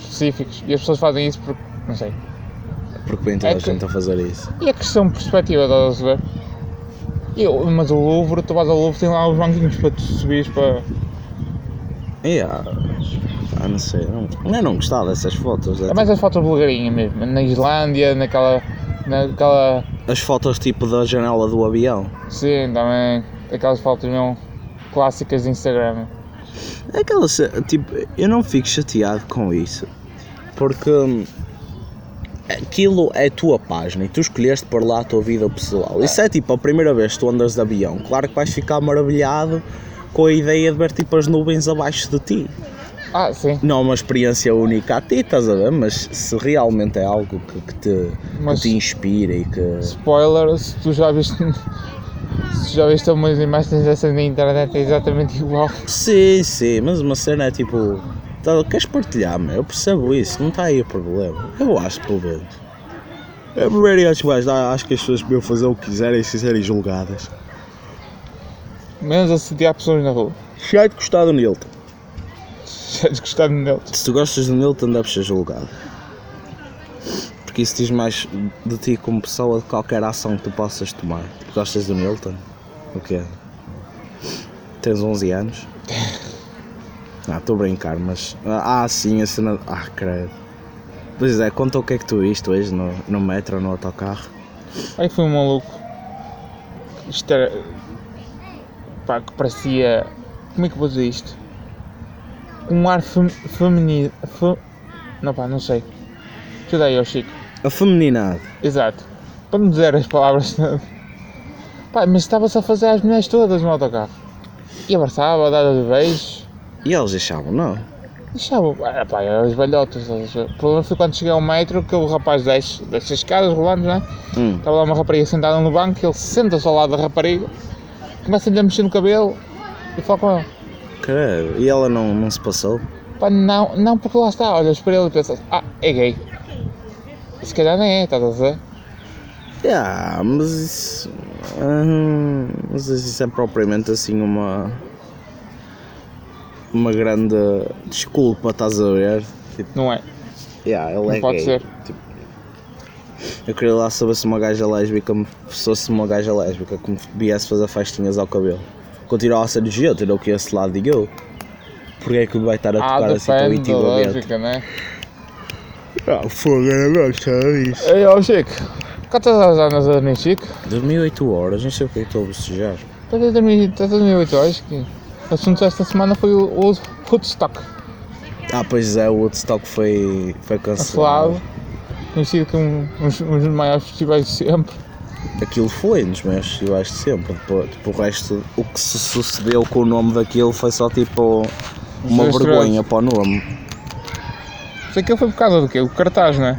Speaker 4: específicos e as pessoas fazem isso porque. não sei.
Speaker 3: Porque bem toda
Speaker 4: É
Speaker 3: a
Speaker 4: que-
Speaker 3: gente a fazer isso.
Speaker 4: E a questão de perspectiva, estás a ver? Eu, mas o Louvre, tu vais ao Louvre, tem lá os banquinhos para tu subires para.
Speaker 3: Yeah. Ah, não sei. Não, eu não gostava dessas fotos. é
Speaker 4: É mais as fotos bulgarinha mesmo, na Islândia, naquela. naquela.
Speaker 3: tipo, As fotos tipo da janela do avião.
Speaker 4: Sim, também. Aquelas fotos mesmo clássicas de Instagram.
Speaker 3: É aquela ce- tipo, eu não fico chateado com isso. Porque hum, aquilo é a tua página e tu escolheste pôr lá a tua vida pessoal. Isso é tipo a primeira vez que tu andas de avião. Claro que vais ficar maravilhado com a ideia de ver tipo as nuvens abaixo de ti.
Speaker 4: Ah, sim.
Speaker 3: Não é uma experiência única a ti, estás a ver? Mas se realmente é algo que, que te,
Speaker 4: Mas-
Speaker 3: que te inspira e que.
Speaker 4: Spoiler, se tu já viste. se já viste algumas imagens dessas na internet é exatamente igual.
Speaker 3: Sim, sim, mas uma cena é tipo. tá, Queres partilhar, meu? Eu percebo isso, não está aí o problema. Eu acho, pelo menos. Eu primeiro e acho mais, dá- acho que as pessoas deviam fazer o que quiserem sem serem julgadas.
Speaker 4: Menos assediar pessoas na rua.
Speaker 3: Já de gostar do Nilton.
Speaker 4: Já desgostado deles.
Speaker 3: Se tu gostas do Nilton, deves ser julgado. Porque isso diz mais de ti como pessoa de qualquer ação que tu possas tomar. Tu gostas do Nilton? O quê? Tens 11 anos? Não, estou a brincar, mas. Ah, sim, a cena. Ah, credo. Pois é, conta o que é que tu viste hoje no, no metro ou no autocarro.
Speaker 4: Aí foi um maluco. Isto era. pá, que parecia. como é que eu vou dizer isto? Um ar fem, feminino. fe- não pá, não sei. Ajuda aí, ó Chico.
Speaker 3: Afeminado.
Speaker 4: Exato. Para não dizer as palavras. pá, mas estava-se a fazer as mulheres todas no autocarro. E abraçava, dava beijos.
Speaker 3: E eles achavam, não?
Speaker 4: Deixava, ah, pá, eram as velhotas. estás a ver? O problema foi quando cheguei ao metro que o rapaz desce, desce as escadas, rolamos, não é?
Speaker 3: Hum.
Speaker 4: Estava lá uma rapariga sentada no banco, ele senta-se ao lado da rapariga, começa-lhe a mexer no cabelo e fala com ela.
Speaker 3: Credo. E ela não, não se passou?
Speaker 4: Pá, não, não, porque lá está, olhas para ele e pensas, ah, é gay. Se calhar nem é, estás a dizer?
Speaker 3: Ah, mas isso. hum, não sei se isso é propriamente assim uma. Uma grande desculpa, estás a ver? Tipo,
Speaker 4: Não é,
Speaker 3: yeah, ele
Speaker 4: não
Speaker 3: é
Speaker 4: pode
Speaker 3: gay.
Speaker 4: ser.
Speaker 3: Eu queria lá saber se uma gaja lésbica me fosse uma gaja lésbica que me viesse fazer festinhas ao cabelo. Continuava a ser de eu, tirou que esse lado digo eu. porque é que vai estar a
Speaker 4: Ah,
Speaker 3: tocar assim tão
Speaker 4: depende da
Speaker 3: intimamente?
Speaker 4: lógica, né?
Speaker 3: Ah, fogo, eu não sei disso.
Speaker 4: Ei, ó Chico, quantas horas andas a dormir, Chico?
Speaker 3: Dormi 8 horas, não sei o que é que estou a bocejar.
Speaker 4: Estás a dormir, estás a dormir 8 horas? Que o assunto esta semana foi o, o Woodstock,
Speaker 3: Ah, pois é, o Woodstock foi, foi cancelado.
Speaker 4: cancelado, conhecido como um, dos- um dos maiores festivais de sempre.
Speaker 3: Aquilo foi nos meus festivais de sempre. Depois, tipo, o resto, o que se sucedeu com o nome daquilo foi só tipo uma
Speaker 4: Os dois
Speaker 3: vergonha para o nome.
Speaker 4: Isso aqui foi por causa do quê? O cartaz, né?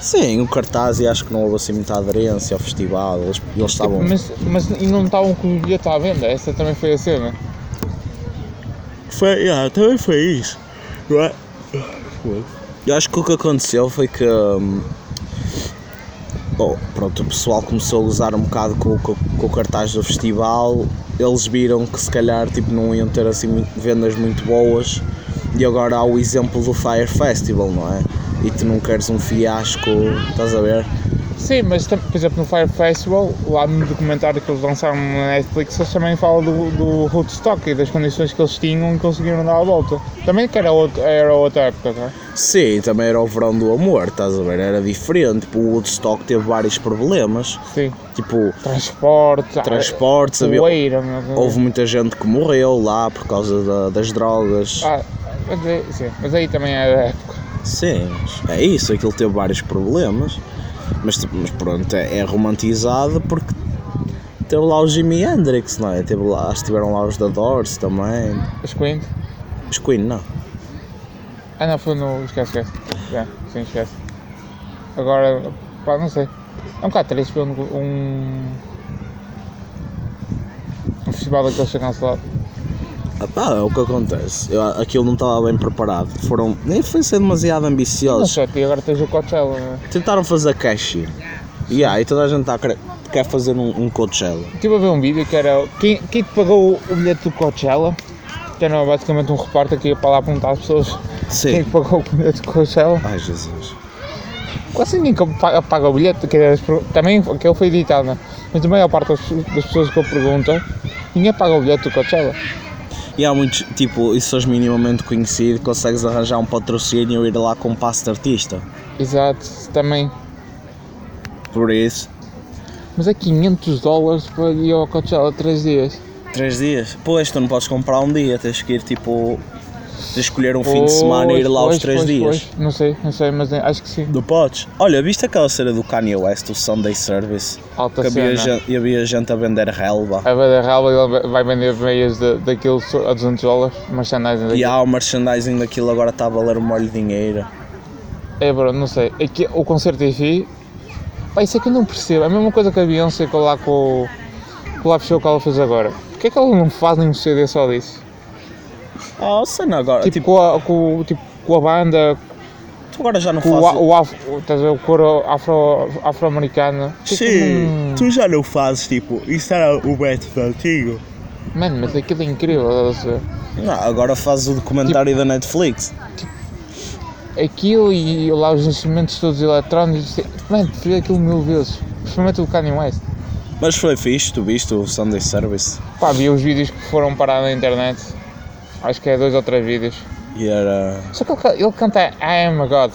Speaker 3: Sim, o cartaz e acho que não houve assim muita aderência ao festival, eles, eles estavam.
Speaker 4: Tipo, Mas, mas e não tá um estavam com o bilhete à venda, essa também foi a cena.
Speaker 3: Foi, yeah, também foi isso. não é? Eu acho que o que aconteceu foi que. hum, bom, pronto, o pessoal começou a usar um bocado com, com- com o cartaz do festival. Eles viram que se calhar tipo, não iam ter assim mu- vendas muito boas. E agora há o exemplo do Fire Festival, não é? E tu não queres um fiasco, estás a ver?
Speaker 4: Sim, mas tam- por exemplo no Fire Festival, lá no documentário que eles lançaram na Netflix, eles também falam do, do Woodstock e das condições que eles tinham e conseguiram dar a volta. Também que era, outro, era outra época, não é?
Speaker 3: Sim, também era o verão do amor, estás a ver? Era diferente. Tipo, o Woodstock teve vários problemas.
Speaker 4: Sim.
Speaker 3: Tipo,
Speaker 4: Transporte,
Speaker 3: transportes,
Speaker 4: ah,
Speaker 3: havia,
Speaker 4: poeira, mas,
Speaker 3: Houve muita gente que morreu lá por causa da- das drogas.
Speaker 4: Ah, mas, aí- sim, mas aí também era época.
Speaker 3: Sim, é isso, aquilo teve vários problemas. Mas, tipo, mas pronto, é, é romantizado porque teve lá o Jimi Hendrix, não é? Teve lá, estiveram lá os da Doors também.
Speaker 4: Os Queen.
Speaker 3: Os Queen, não.
Speaker 4: Ah não, foi no. Esquece, esquece. Já, sim, esquece. Agora, pá, não sei. É um bocado triste ver um. um, um festival daqueles ser cancelado.
Speaker 3: Ah, pá, é o que acontece. Eu- aquilo não estava bem preparado. Foram, nem foi ser demasiado
Speaker 4: Não
Speaker 3: ambiciosos.
Speaker 4: sei, e agora tens o Coachella, né?
Speaker 3: Tentaram fazer cash. Yeah, e toda a gente tá a querer- quer fazer um, um Coachella.
Speaker 4: Estive a ver um vídeo que era quem, quem te pagou o bilhete do Coachella, que era basicamente um repórter que ia para lá perguntar às pessoas quem
Speaker 3: Sim.
Speaker 4: te pagou o bilhete do Coachella.
Speaker 3: Ai, Jesus.
Speaker 4: Quase ninguém que paga, paga o bilhete, quer dizer, as per- também aquele foi editado, né? mas a maior parte das, das pessoas que eu pergunto, é, ninguém paga o bilhete do Coachella.
Speaker 3: E há muitos, tipo, e se és minimamente conhecido, consegues arranjar um patrocínio e ir lá com um passo de artista.
Speaker 4: Exato, também.
Speaker 3: Por isso.
Speaker 4: Mas é 500 dólares para ir ao Coachella 3 dias.
Speaker 3: Três dias. Pois, tu não podes comprar um dia, tens que ir, tipo, tens de escolher um fim de
Speaker 4: Pois,
Speaker 3: semana e ir lá
Speaker 4: pois,
Speaker 3: os três
Speaker 4: pois,
Speaker 3: dias.
Speaker 4: pois. Não sei, não sei, mas é, acho que sim.
Speaker 3: Não podes. Olha, viste aquela cena do Kanye West, o Sunday Service?
Speaker 4: Alta
Speaker 3: que havia
Speaker 4: cena. É
Speaker 3: gente, e havia gente a vender relva.
Speaker 4: A Bada Ralba ele vai vender meias de- daquilo so- a 200 dólares, merchandising
Speaker 3: E
Speaker 4: daquilo.
Speaker 3: há o merchandising daquilo agora está a valer um molho de dinheiro.
Speaker 4: É bro, não sei. É que o concerto em si, pá, isso é que eu não percebo. É a mesma coisa que a Beyoncé com lá com o, com o live show que ela fez agora. Porquê é que ela não faz nenhum CD só disso?
Speaker 3: Ah, a cena agora.
Speaker 4: Tipo,
Speaker 3: Tipo,
Speaker 4: com, a, com, o- tipo, com a banda,
Speaker 3: tu agora já não
Speaker 4: com o, a-
Speaker 3: fazes.
Speaker 4: o, afro, o, estás a ver, o coro afro, afro-americano. Tipo,
Speaker 3: Sim, tu já não fazes, tipo, isso era o método antigo.
Speaker 4: Mano, mas aquilo é incrível, estás a ver?
Speaker 3: Não, agora faz o documentário
Speaker 4: Tipo-
Speaker 3: da Netflix.
Speaker 4: Aquilo e lá os instrumentos todos eletrónicos. tipo, Mano, prefiro aquilo mil vezes. Principalmente o Kanye West.
Speaker 3: Mas foi fixe, tu viste o Sunday Service.
Speaker 4: Pá, vi os vídeos que foram parar na internet. Acho que é dois ou três vídeos.
Speaker 3: E era.
Speaker 4: Só que ele, ca- ele canta I am a God.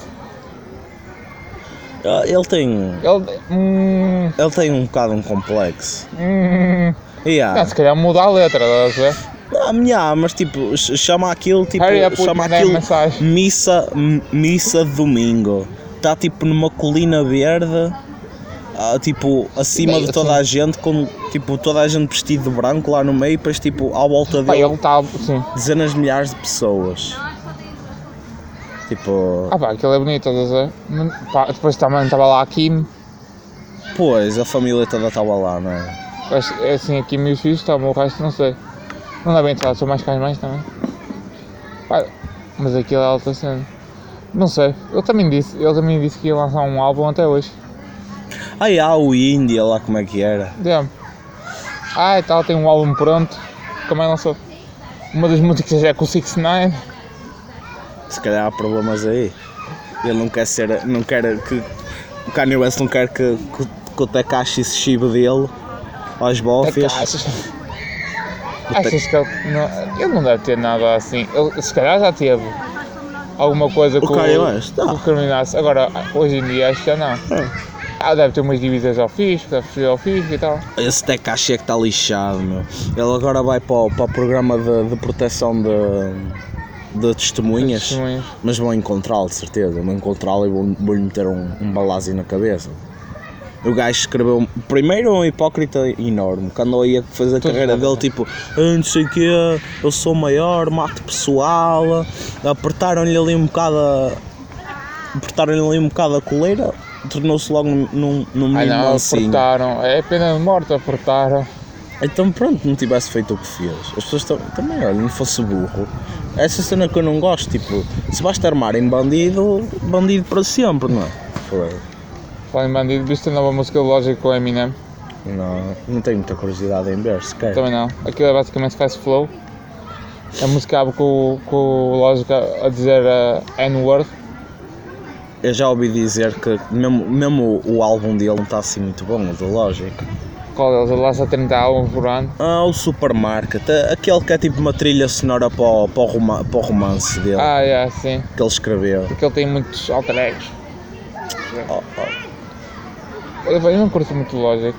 Speaker 3: Ah, Ele tem.
Speaker 4: Ele. Hum,
Speaker 3: Ele tem um bocado um complexo.
Speaker 4: hum,
Speaker 3: Yeah.
Speaker 4: Não, se calhar muda a letra, estás a ver?
Speaker 3: Ah, minha, mas tipo, ch- chama aquilo tipo.
Speaker 4: Hurry up with
Speaker 3: Chama
Speaker 4: the
Speaker 3: aquilo
Speaker 4: é mensagem.
Speaker 3: missa, m- missa de domingo. Está tipo numa colina verde. ah, tipo, acima
Speaker 4: Bem, assim-
Speaker 3: de toda a gente, com tipo, toda a gente vestido de branco lá no meio, e depois tipo, à volta
Speaker 4: Pá,
Speaker 3: dele
Speaker 4: ele está. Sim.
Speaker 3: dezenas de milhares de pessoas. Tipo,
Speaker 4: Ah pá, aquilo é bonito, estás a ver? Mas, Pá, depois também estava lá a Kim.
Speaker 3: pois, a família toda estava lá, não é?
Speaker 4: Acho- É assim, aqui meus filhos estavam, o resto não sei. Não dá bem entrar, sou mais que as mães também. Pá, mas aquilo é alta cena. Não sei, ele também disse, ele também disse que ia lançar um álbum até hoje.
Speaker 3: Ai, ah, o Índia lá como é que era?
Speaker 4: Damn. Ah, e tal, tem um álbum pronto. Também lançou. Uma das músicas é com o 69.
Speaker 3: Se calhar há problemas aí. Ele não quer ser. não quer que. O Kanye West não quer que, que, que o Takashi se chibe dele aos bofes.
Speaker 4: Takashi.
Speaker 3: o tec-
Speaker 4: É Achas que ele não, ele não deve ter nada assim. Ele, se calhar já teve alguma coisa
Speaker 3: O
Speaker 4: com
Speaker 3: Kanye
Speaker 4: o,
Speaker 3: West, tá.
Speaker 4: com o Criminoso. Agora, hoje em dia acho que já não. Ah, deve ter umas dívidas ao fisco, deve fugir ao fisco e tal.
Speaker 3: Esse Tekashi é que está lixado, meu. Ele agora vai para o, para o programa de, de proteção de, de testemunhas,
Speaker 4: Testemunhas.
Speaker 3: mas vão encontrá-lo, de certeza. Vão encontrá-lo e vão- vão-lhe meter um, um balazio na cabeça. O gajo escreveu, primeiro, um hipócrita enorme, que andou aí a fazer a
Speaker 4: Tudo
Speaker 3: carreira
Speaker 4: bom.
Speaker 3: dele, tipo, "Ah, não sei o quê, eu sou maior, mato pessoal, apertaram-lhe ali um bocado a... Apertaram-lhe ali um bocado a coleira, tornou-se logo num, num, num
Speaker 4: Ah,
Speaker 3: menino
Speaker 4: não,
Speaker 3: mansinho.
Speaker 4: apertaram. É pena de morte, apertaram.
Speaker 3: Então pronto, não tivesse feito o que fez. As pessoas tam- também, olha, não fosse burro. Essa cena que eu não gosto, tipo, se basta armar em bandido, bandido para sempre, não é? Foi.
Speaker 4: Falando em bandido, viste a nova música do Logic com o Eminem?
Speaker 3: Não, não tenho muita curiosidade em ver sequer.
Speaker 4: Também não. Aquilo é basicamente fast flow. A música abre com, o- com o Logic a a dizer a N-word.
Speaker 3: Eu já ouvi dizer que mesmo, mesmo o álbum dele não está assim muito bom, o do Logic.
Speaker 4: Qual deles? Ele lança 30 álbuns por ano.
Speaker 3: Ah, o Supermarket, a- aquele que é tipo uma trilha sonora para o, para o, roma- para o romance dele,
Speaker 4: Ah, é, sim.
Speaker 3: que ele escreveu.
Speaker 4: Porque ele tem muitos alter egos.
Speaker 3: Oh, oh.
Speaker 4: Eu eu não curto muito Logic.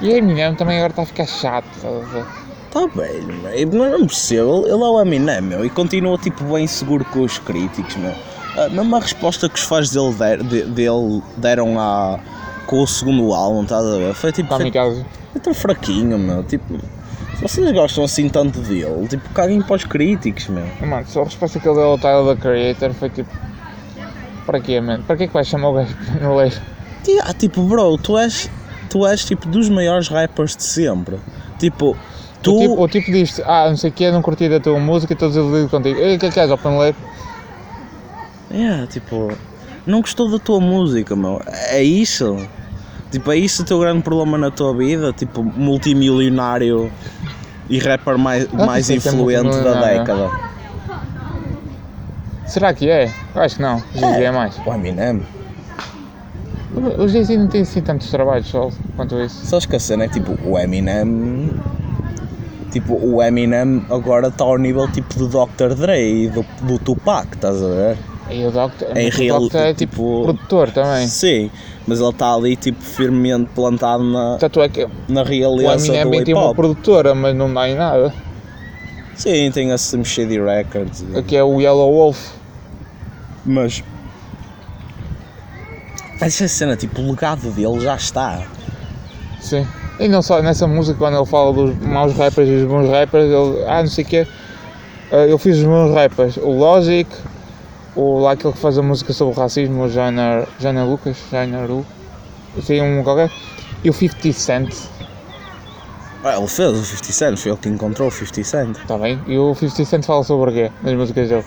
Speaker 4: E a Eminem também agora está a ficar chato. estás a ver?
Speaker 3: Tá bem, meu. Não não percebo. Ele ele é o Eminem, meu. E continua, tipo, bem seguro com os críticos, meu. A mesma resposta que os fãs dele, der- de- dele deram à, com o segundo álbum, estás a ver? Foi tipo. Foi,
Speaker 4: Kamikaze.
Speaker 3: foi tão fraquinho, meu. Tipo. Se vocês gostam assim tanto dele, tipo, caguem para os críticos, meu.
Speaker 4: Mano, só a resposta que ele deu ao Tyler da Creator foi tipo. Para quê, mano? Para que é que vais chamar o gajo no leiro?
Speaker 3: Ti- ah, tipo, bro, tu és. Tu és, tipo, dos maiores rappers de sempre. Tipo. Tu.
Speaker 4: O tipo, o tipo diz-te, ah, não sei o quê, não curti da tua música e estou desiludido contigo. E o que é que és, ao paneleiro?
Speaker 3: É, tipo, não gostou da tua música, meu. É isso. Tipo, é isso o teu grande problema na tua vida? Tipo, multimilionário e rapper mais,
Speaker 4: não
Speaker 3: mais
Speaker 4: sei se é
Speaker 3: influente da
Speaker 4: multimilionário.
Speaker 3: década.
Speaker 4: Será que é? Eu acho que não. O Jay-Z é mais.
Speaker 3: O Eminem.
Speaker 4: O- O Jay-Z não tem assim tantos trabalhos só quanto isso.
Speaker 3: Sabes que a cena é tipo, o Eminem. Tipo, o Eminem agora está ao nível tipo do Dr. Dre e do, do Tupac, estás a ver?
Speaker 4: E o Doctor,
Speaker 3: Em
Speaker 4: o
Speaker 3: real-
Speaker 4: Doctor é tipo,
Speaker 3: tipo-
Speaker 4: produtor também.
Speaker 3: Sim, mas ele está ali tipo firmemente plantado na,
Speaker 4: Portanto, é que o
Speaker 3: na realeza
Speaker 4: Eminem é
Speaker 3: do
Speaker 4: bem
Speaker 3: hip
Speaker 4: tem uma
Speaker 3: hop.
Speaker 4: produtora, mas não dá em nada.
Speaker 3: Sim, tem a Slim Shady Records. e-
Speaker 4: Que é o Yellow Wolf.
Speaker 3: Mas. Essa cena, tipo, o legado dele já está.
Speaker 4: Sim. E não só nessa música, quando ele fala dos maus rappers e dos bons rappers, ele. Ah, não sei o quê. ah, Eu fiz os meus rappers. O Logic, o lá aquele que faz a música sobre o racismo, o Jana, Jana Lucas, Jana Lu. Tem um qualquer. E o 50 Cent,
Speaker 3: Ah, ele fez o 50 Cent, foi ele que encontrou o 50 Cent.
Speaker 4: está tá bem? E o 50 Cent fala sobre o quê nas músicas dele?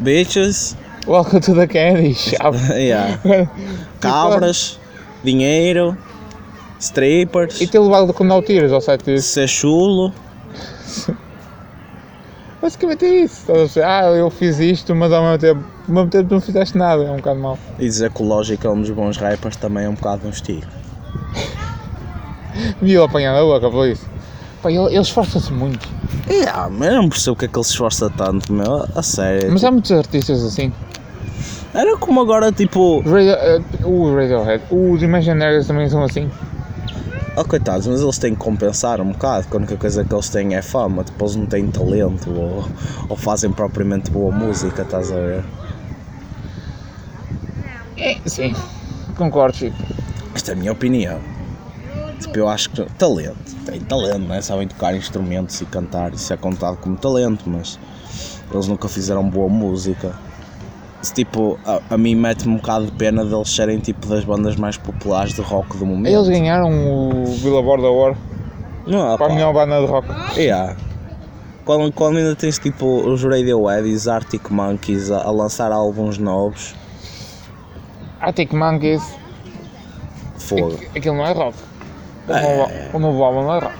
Speaker 3: Bitches,
Speaker 4: Welcome to the Candy Shop.
Speaker 3: yeah. cabras, dinheiro, strippers,
Speaker 4: E ter levado com não tiros ao site disso.
Speaker 3: ser chulo.
Speaker 4: Basicamente é isso. Estás a perceber? Ah, eu fiz isto, mas ao mesmo tempo, ao mesmo tempo não fizeste nada. É um bocado mau.
Speaker 3: E dizer que o Logic é um dos bons rappers também é um bocado um estico.
Speaker 4: Vi ele apanhar na boca por isso. Pá, ele, ele esforça-se muito.
Speaker 3: Yeah, mas eu não percebo porque é que ele se esforça tanto, meu, a sério.
Speaker 4: Mas há muitos artistas assim.
Speaker 3: Era como agora, tipo,
Speaker 4: Os Radio, eh, o Radiohead, os Imagine Dragons também são assim.
Speaker 3: Oh, coitados, mas eles têm que compensar um bocado, que a única coisa que eles têm é fama, depois não têm talento ou, ou fazem propriamente boa música, estás a ver?
Speaker 4: É, sim. Concordo, Chico.
Speaker 3: Esta é a minha opinião. Tipo, eu acho que talento, têm talento, né? sabem tocar instrumentos e cantar, isso é contado como talento, mas eles nunca fizeram boa música. Se, Tipo, a, a mim mete-me um bocado de pena deles serem tipo das bandas mais populares de rock do momento.
Speaker 4: Eles ganharam o Billboard Award
Speaker 3: Não,
Speaker 4: para é
Speaker 3: pá.
Speaker 4: a melhor banda de rock.
Speaker 3: Yeah. Quando, quando ainda tens tipo os Radiohead e os Arctic Monkeys a, a lançar álbuns novos,
Speaker 4: Arctic Monkeys,
Speaker 3: fogo.
Speaker 4: aquilo não é rock. O
Speaker 3: É.
Speaker 4: novo- O novo álbum não é rock.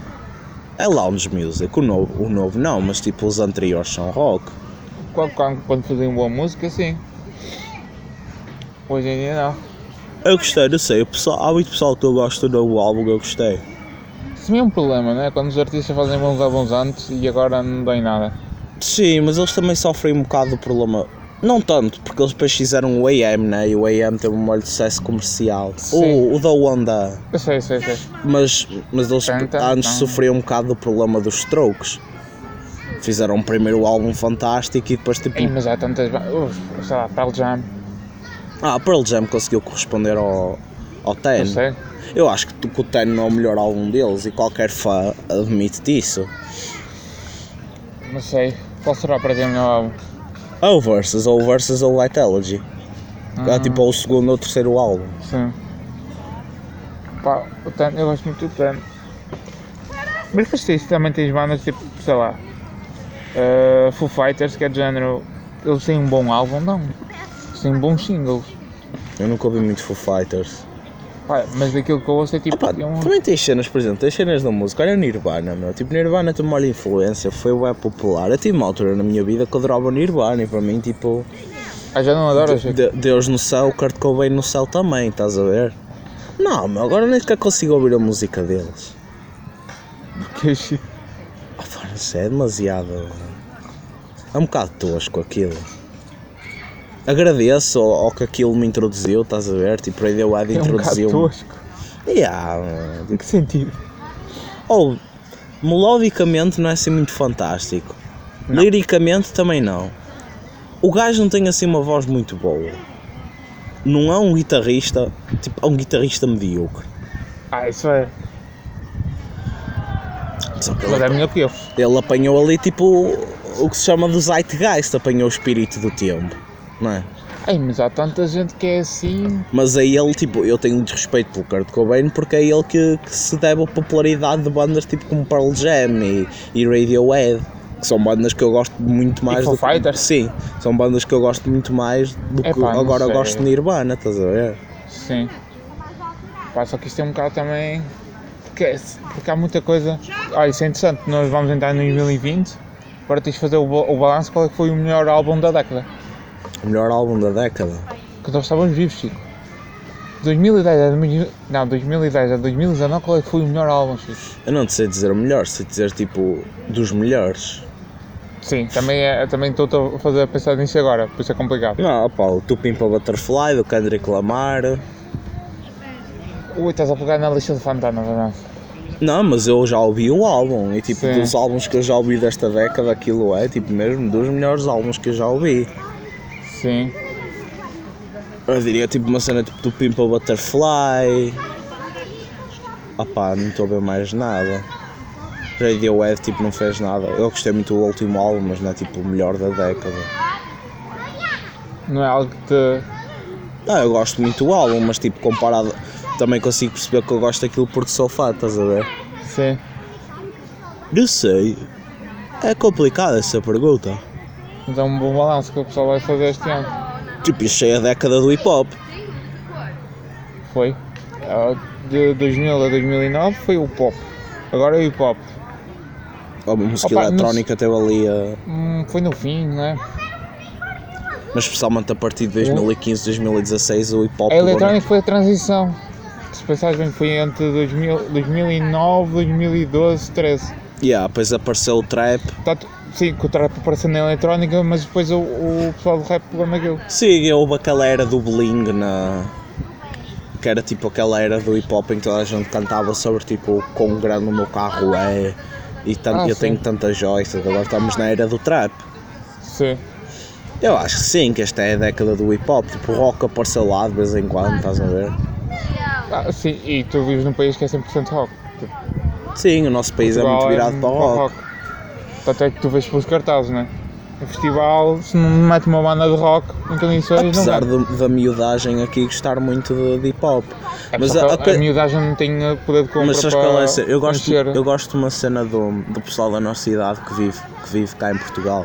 Speaker 3: É lounge music, o novo, o novo não, mas tipo os anteriores são rock.
Speaker 4: Quando, quando, quando faziam boa música, sim. Hoje em dia não.
Speaker 3: Eu gostei, não sei, o pessoal, há muito pessoal que eu gosto do novo álbum, eu gostei.
Speaker 4: Esse mesmo problema, né? Quando os artistas fazem bons álbuns antes e agora não dão em nada.
Speaker 3: Sim, mas eles também sofrem um bocado do problema. Não tanto, porque eles depois fizeram o AM, né? E o AM teve um maior sucesso comercial.
Speaker 4: Sim.
Speaker 3: O, o da Onda.
Speaker 4: Eu sei, sei, sei.
Speaker 3: Mas, mas eles
Speaker 4: Tan, tan,
Speaker 3: antes
Speaker 4: tan.
Speaker 3: sofriam um bocado do problema dos strokes. Fizeram um primeiro o álbum fantástico e depois tipo.
Speaker 4: Ei, mas há tantas. ba- Uh, sei lá, Pearl Jam.
Speaker 3: Ah, a Pearl Jam conseguiu corresponder ao, ao
Speaker 4: Não
Speaker 3: Ten.
Speaker 4: sei.
Speaker 3: Eu acho que, tu- que o Ten é o melhor álbum deles e qualquer fã admite isso.
Speaker 4: Não sei. Qual será para ti o melhor álbum?
Speaker 3: Ou Oh, Versus, ou Versus ou Lightology. É
Speaker 4: Hum,
Speaker 3: tipo ou o segundo ou o terceiro álbum.
Speaker 4: Sim. Pá, o Tan- eu gosto muito do Tan. Mas depois tens, também tens bandas tipo, sei lá. eh, Foo Fighters, que é de género. Eles têm um bom álbum, não. Eles têm bons singles.
Speaker 3: Eu nunca ouvi muito Foo Fighters.
Speaker 4: Pá, mas daquilo que eu ouço é tipo.
Speaker 3: Ah, pá,
Speaker 4: é um-
Speaker 3: também tens cenas, por exemplo, tens cenas da música. Olha o Nirvana, meu. Tipo, Nirvana teve uma maior influência, foi web popular. Eu tive uma altura na minha vida que adorava o Nirvana e para mim, tipo,
Speaker 4: Ah, já não adoro,
Speaker 3: de-
Speaker 4: Chico.
Speaker 3: de- Deus no céu, Kurt Cobain no céu também, estás a ver? Não, meu, agora nem sequer consigo ouvir a música deles.
Speaker 4: Que Chico.
Speaker 3: Ah, pá, não sei, é demasiado. É um bocado tosco aquilo. Agradeço ao, ao que aquilo me introduziu, estás a ver? Tipo, Radiohead
Speaker 4: É um bocado
Speaker 3: introduziu-me.
Speaker 4: tosco.
Speaker 3: Yeah, meu.
Speaker 4: Em que sentido?
Speaker 3: Ou, melodicamente não é assim muito fantástico.
Speaker 4: Não.
Speaker 3: Liricamente também não. O gajo não tem assim uma voz muito boa. Não é um guitarrista, tipo, é um guitarrista medíocre.
Speaker 4: Ah, isso é.
Speaker 3: Só que
Speaker 4: Mas
Speaker 3: ele,
Speaker 4: é melhor que eu.
Speaker 3: ele apanhou ali, tipo, o que se chama do zeitgeist, apanhou o espírito do tempo, não é?
Speaker 4: Ai, mas há tanta gente que é assim.
Speaker 3: Mas é ele, tipo, eu tenho muito respeito pelo Kurt Cobain porque é ele que, que se deve a popularidade de bandas tipo como Pearl Jam e, e Radiohead, que são bandas que eu gosto muito mais
Speaker 4: Foo
Speaker 3: do que-
Speaker 4: Fighters?
Speaker 3: Sim, são bandas que eu gosto muito mais do que
Speaker 4: Epá, não
Speaker 3: agora eu
Speaker 4: sei.
Speaker 3: gosto de Nirvana, estás a ver?
Speaker 4: Sim. Pá, só que isto é um bocado também. Porque, é- porque há muita coisa. Olha, isso é interessante. Nós vamos entrar em 2020. Agora tens de fazer o, ba- o balanço qual é que foi o melhor álbum da década.
Speaker 3: O melhor álbum da década.
Speaker 4: Que nós estávamos vivos, Chico. 2010 a 2000 Não, 2010 a 2019, qual é que foi o melhor álbum, Chico?
Speaker 3: Eu não te sei dizer o melhor, sei dizer tipo dos melhores.
Speaker 4: Sim, também é- também estou a fazer a pensar nisso agora, por isso é complicado.
Speaker 3: Não, pá, o Tupim para Butterfly, do Kendrick Lamar.
Speaker 4: Ui, estás a pegar na lista de Fantana, verdade?
Speaker 3: Não, mas eu já ouvi o álbum e tipo,
Speaker 4: Sim.
Speaker 3: dos álbuns que eu já ouvi desta década, aquilo é tipo mesmo dos melhores álbuns que eu já ouvi.
Speaker 4: Sim.
Speaker 3: Eu diria tipo uma cena tipo do Pimpa Butterfly. Opá, não estou a ver mais nada. Radiohead tipo não fez nada. Eu gostei muito do último álbum, mas não é tipo o melhor da década.
Speaker 4: Não é algo que te.
Speaker 3: Não, Ah, eu gosto muito do álbum, mas tipo comparado. Também consigo perceber que eu gosto daquilo porque sou fã, estás a ver?
Speaker 4: Sim.
Speaker 3: Não sei. É complicada essa pergunta.
Speaker 4: Mas é um bom balanço que o pessoal vai fazer este ano.
Speaker 3: Tipo, isto é a década do hip hop.
Speaker 4: Foi. Ah, De 2000 a 2009 foi o pop. Agora é o hip hop.
Speaker 3: A música
Speaker 4: Opa, mas-
Speaker 3: eletrónica teve ali eh, a.
Speaker 4: Hum, foi no fim, não é?
Speaker 3: Mas especialmente a partir de 2015, 2016 o hip hop.
Speaker 4: A eletrónica foi a transição. Se pensares bem, foi entre 2000, 2009, 2012, 13.
Speaker 3: Yeah, depois apareceu o trap.
Speaker 4: Portanto, Tá sim, que o trap apareceu na eletrónica, mas depois o, o é pessoal do rap pegou naquilo.
Speaker 3: Sim, houve aquela era do bling na. Que era tipo aquela era do hip hop em que toda a gente cantava sobre tipo quão grande o meu carro é e tan-
Speaker 4: Ah,
Speaker 3: eu
Speaker 4: sim.
Speaker 3: tenho tantas joias. Agora estamos na era do trap.
Speaker 4: Sim.
Speaker 3: Eu acho que sim, que esta é a década do hip hop. Tipo, rock apareceu lá de vez em quando, estás a ver?
Speaker 4: Ah, sim, e tu vives num país que é 100% rock. Tipo,
Speaker 3: Sim, o nosso país é muito
Speaker 4: Portugal um
Speaker 3: virado para o rock.
Speaker 4: Tanto é que tu vês pelos cartazes, não é? O festival, se não mete uma banda de rock em condições, não vai.
Speaker 3: Apesar de- da miudagem aqui gostar muito de, de hip hop.
Speaker 4: É
Speaker 3: Mas
Speaker 4: mas
Speaker 3: a-
Speaker 4: a,
Speaker 3: a co-
Speaker 4: miudagem não tem eh, poder de compra
Speaker 3: Mas sabes
Speaker 4: para
Speaker 3: qual é a cena? Eu gosto,
Speaker 4: encher.
Speaker 3: eu gosto de uma cena do, do pessoal da nossa idade que vive, que vive cá em Portugal.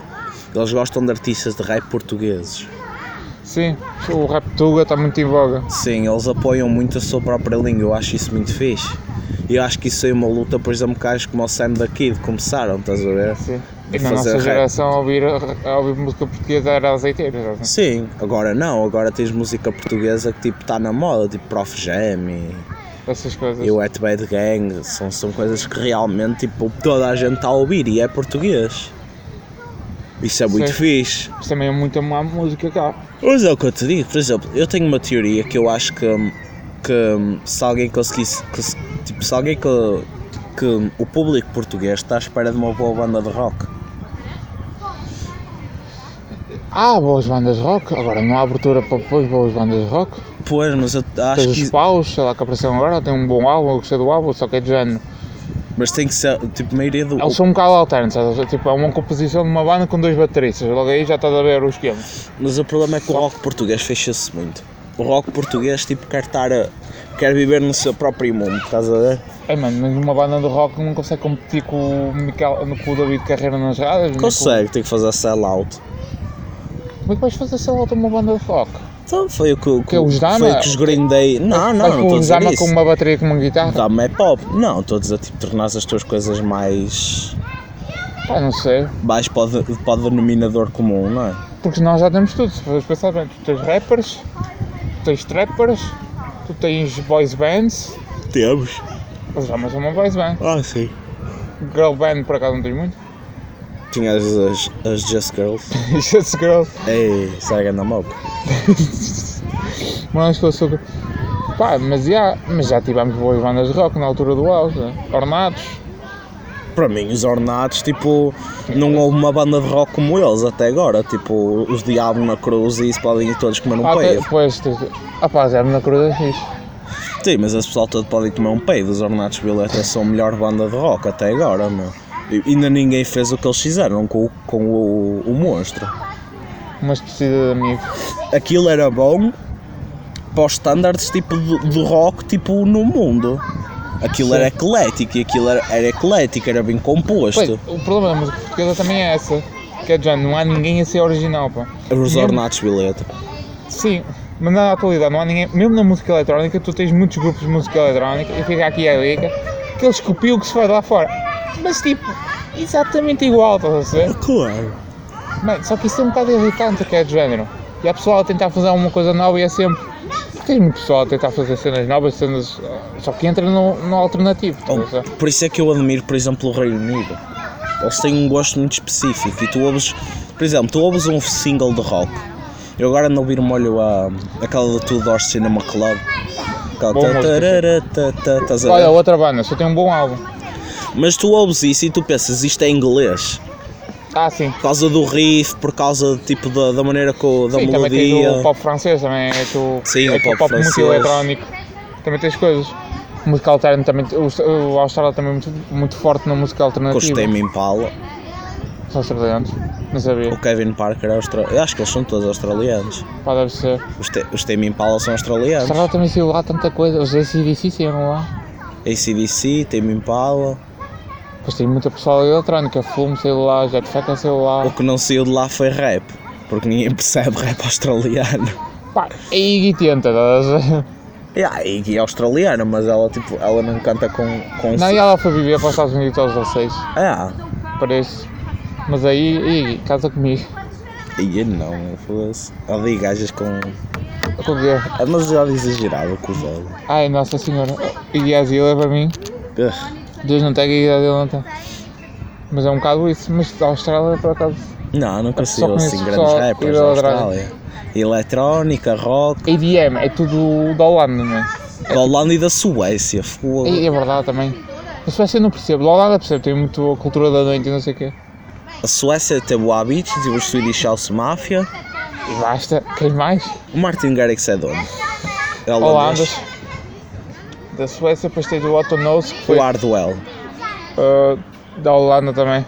Speaker 3: Eles gostam de artistas de rap portugueses.
Speaker 4: Sim, o rap Tuga está muito em voga.
Speaker 3: Sim, eles apoiam muito a sua própria língua. Eu acho isso muito fixe. E eu acho que isso é uma luta, por exemplo, que gajos como o Sam da Kid começaram, estás a ver?
Speaker 4: Sim.
Speaker 3: De
Speaker 4: Na
Speaker 3: É fazer
Speaker 4: nossa
Speaker 3: rap.
Speaker 4: geração, ouvir, a ouvir música portuguesa era azeiteira. já.
Speaker 3: tá Sim, agora não. Agora tens música portuguesa que tipo está na moda, tipo Prof Jam e
Speaker 4: essas coisas.
Speaker 3: E o At Bad Gang são, são coisas que realmente tipo, toda a gente está a ouvir e é português. Isso é muito
Speaker 4: Sim.
Speaker 3: fixe.
Speaker 4: Mas também é muita má música cá.
Speaker 3: Mas é o que eu te digo, por exemplo, eu tenho uma teoria que eu acho que, que se alguém conseguisse. que se- tipo, se alguém que, que o público português está à espera de uma boa banda de rock.
Speaker 4: Há boas bandas rock, agora não há abertura para pôr boas bandas rock.
Speaker 3: Pois, mas eu acho
Speaker 4: Tens
Speaker 3: que.
Speaker 4: os paus, sei lá que apareceram agora, tem um bom álbum, eu gostei do álbum, só que é de género.
Speaker 3: Mas tem que ser. Tipo, a maioria do.
Speaker 4: Eles são um bocado alternos, sabes? tipo, é uma composição de uma banda com dois bateristas, logo aí já estás a ver o esquema.
Speaker 3: Mas o problema é que o rock português fecha-se muito. O rock português, tipo, quer estar a. quer viver no seu próprio mundo, estás a ver?
Speaker 4: É mano, mas uma banda de rock não consegue competir com o, Miquel, com o David Carreira nas rádios? nem com-
Speaker 3: Consegue, tem que fazer sell-out.
Speaker 4: Como é que vais fazer se ela uma banda de rock?
Speaker 3: Então foi o que, o
Speaker 4: Que é os Dama-
Speaker 3: foi o que os Green Day. Não, não,
Speaker 4: Vais
Speaker 3: não estou a
Speaker 4: pôr
Speaker 3: dizer
Speaker 4: Zama
Speaker 3: isso.
Speaker 4: É com uma bateria com uma guitarra?
Speaker 3: Dama é pop. Não, estou a dizer, tipo, tornar as tuas coisas mais.
Speaker 4: Pá, não sei.
Speaker 3: baixo para o, de- para o denominador comum, não é?
Speaker 4: Porque nós já temos tudo, se fores pensar bem, tu tens rappers, tu tens trappers, tu tens boys bands,
Speaker 3: Temos.
Speaker 4: os Jamas é uma boys band.
Speaker 3: Ah, sim.
Speaker 4: Girl band por acaso não tens muito.
Speaker 3: Tinhas as, as Just Girls. É,
Speaker 4: Just girls.
Speaker 3: Ei, sai na moca.
Speaker 4: Morangos com açúcar. Pá, mas já, mas já tivemos boas bandas de rock na altura do auge, né? Ornados.
Speaker 3: Para mim, os Ornados, tipo, não houve uma banda de rock como eles até agora. Tipo, os Diabo na Cruz e isso podem ir todos comer um
Speaker 4: Ah,
Speaker 3: peido.
Speaker 4: depois, ah pá, já na cruz é fixe.
Speaker 3: Sim, mas esse pessoal todo pode ir comer um peido. Os Ornados Violeta são a melhor banda de rock até agora, meu. E ainda ninguém fez o que eles fizeram com, o- com o, o monstro.
Speaker 4: Mas precisa de amigos.
Speaker 3: Aquilo era bom para os standards tipo, do, do rock tipo, no mundo. Aquilo
Speaker 4: Sim.
Speaker 3: era eclético e aquilo era, era eclético, era bem composto.
Speaker 4: Pois, o problema da música portuguesa também é essa. Que é, John, não há ninguém a ser original, pá.
Speaker 3: Os
Speaker 4: Mesmo-
Speaker 3: Ornados Violeta.
Speaker 4: Sim, mas na atualidade não há ninguém, mesmo na música eletrónica, tu tens muitos grupos de música eletrónica, e fica aqui a dica, que eles copiam o que se faz lá fora. Mas tipo, exatamente igual, estás a perceber?
Speaker 3: Claro.
Speaker 4: Mano, só que isso é um bocado irritante, que é de género. E há pessoal a tentar fazer uma coisa nova e é sempre. Tem muito pessoal a tentar fazer cenas novas, cenas. eh, Só que entra no, no alternativo, estás a
Speaker 3: Bom,
Speaker 4: perceber?
Speaker 3: por isso é que eu admiro, por exemplo, o Reino Unido. Eles têm um gosto muito específico e tu ouves, por exemplo, tu ouves um single de rock. Eu agora ando a ouvir um olho a aquela da Two Doors Cinema Club. Aquela
Speaker 4: Boa música.
Speaker 3: tararara, tá, tá, estás a ver?
Speaker 4: Olha, outra banda, só tem um bom álbum.
Speaker 3: Mas tu ouves isso e tu pensas, isto é inglês.
Speaker 4: Ah, sim.
Speaker 3: Por causa do riff, por causa tipo da, da maneira que o- da
Speaker 4: sim, também tens
Speaker 3: melodia.
Speaker 4: o pop francês, também é tu,
Speaker 3: Sim,
Speaker 4: é
Speaker 3: o
Speaker 4: tu
Speaker 3: pop
Speaker 4: muito
Speaker 3: francês.
Speaker 4: eletrónico. Também tens coisas. Música alterna também, o, o Austrália também é muito, muito forte na música
Speaker 3: Com os
Speaker 4: alternativa.
Speaker 3: Tame Impala,
Speaker 4: Os australianos, não sabia.
Speaker 3: o Kevin Parker é australiano. Eu acho que eles são todos australianos.
Speaker 4: Pá, deve ser.
Speaker 3: Os, te, os Tame Impala são
Speaker 4: A
Speaker 3: australianos.
Speaker 4: Austrália também saiu lá tanta coisa, os ACDC saíram lá.
Speaker 3: ACDC, Tame Impala.
Speaker 4: Pois tem muita pessoal eletrónica, fumo, celular, jet faca,
Speaker 3: O
Speaker 4: celular.
Speaker 3: que não saiu de lá foi rap, porque ninguém percebe rap australiano.
Speaker 4: Pá, é Iggy tenta, estás a ver?
Speaker 3: E a Iggy é australiana, mas ela tipo, ela não canta com. com
Speaker 4: Não, e ela foi viver para os Estados Unidos aos 16,
Speaker 3: Ah,
Speaker 4: parece. Mas aí, Iggy, casa comigo.
Speaker 3: e não, foda-se. Ela diz gajas com.
Speaker 4: Com o quê?
Speaker 3: É demasiado exagerado com o velho.
Speaker 4: Ai, Nossa Senhora, Iggy Azil é para mim.
Speaker 3: Ugh.
Speaker 4: Deus não tem, Iggy Azil não tem. Mas é um bocado isso, mas a Austrália por acaso.
Speaker 3: Não, não
Speaker 4: Só
Speaker 3: consigo
Speaker 4: conheço
Speaker 3: assim grandes
Speaker 4: pessoal
Speaker 3: rappers da
Speaker 4: idolatrar.
Speaker 3: Austrália. Eletrónica, rock,
Speaker 4: ADM é tudo da Holanda, não é?
Speaker 3: da Holanda e da Suécia.
Speaker 4: E
Speaker 3: Foda.
Speaker 4: é verdade também. A Suécia não percebo, da Holanda percebo, tem muito a cultura da noite e não sei o quê.
Speaker 3: A Suécia teve o Habit, teve o tipo, Swedish House Mafia.
Speaker 4: E basta, quem mais?
Speaker 3: O Martin Garrix é dono. É
Speaker 4: Holandas.
Speaker 3: holandês.
Speaker 4: Da Suécia, depois tens o Otto Nose, que foi
Speaker 3: O Hardwell.
Speaker 4: ah, da Holanda também.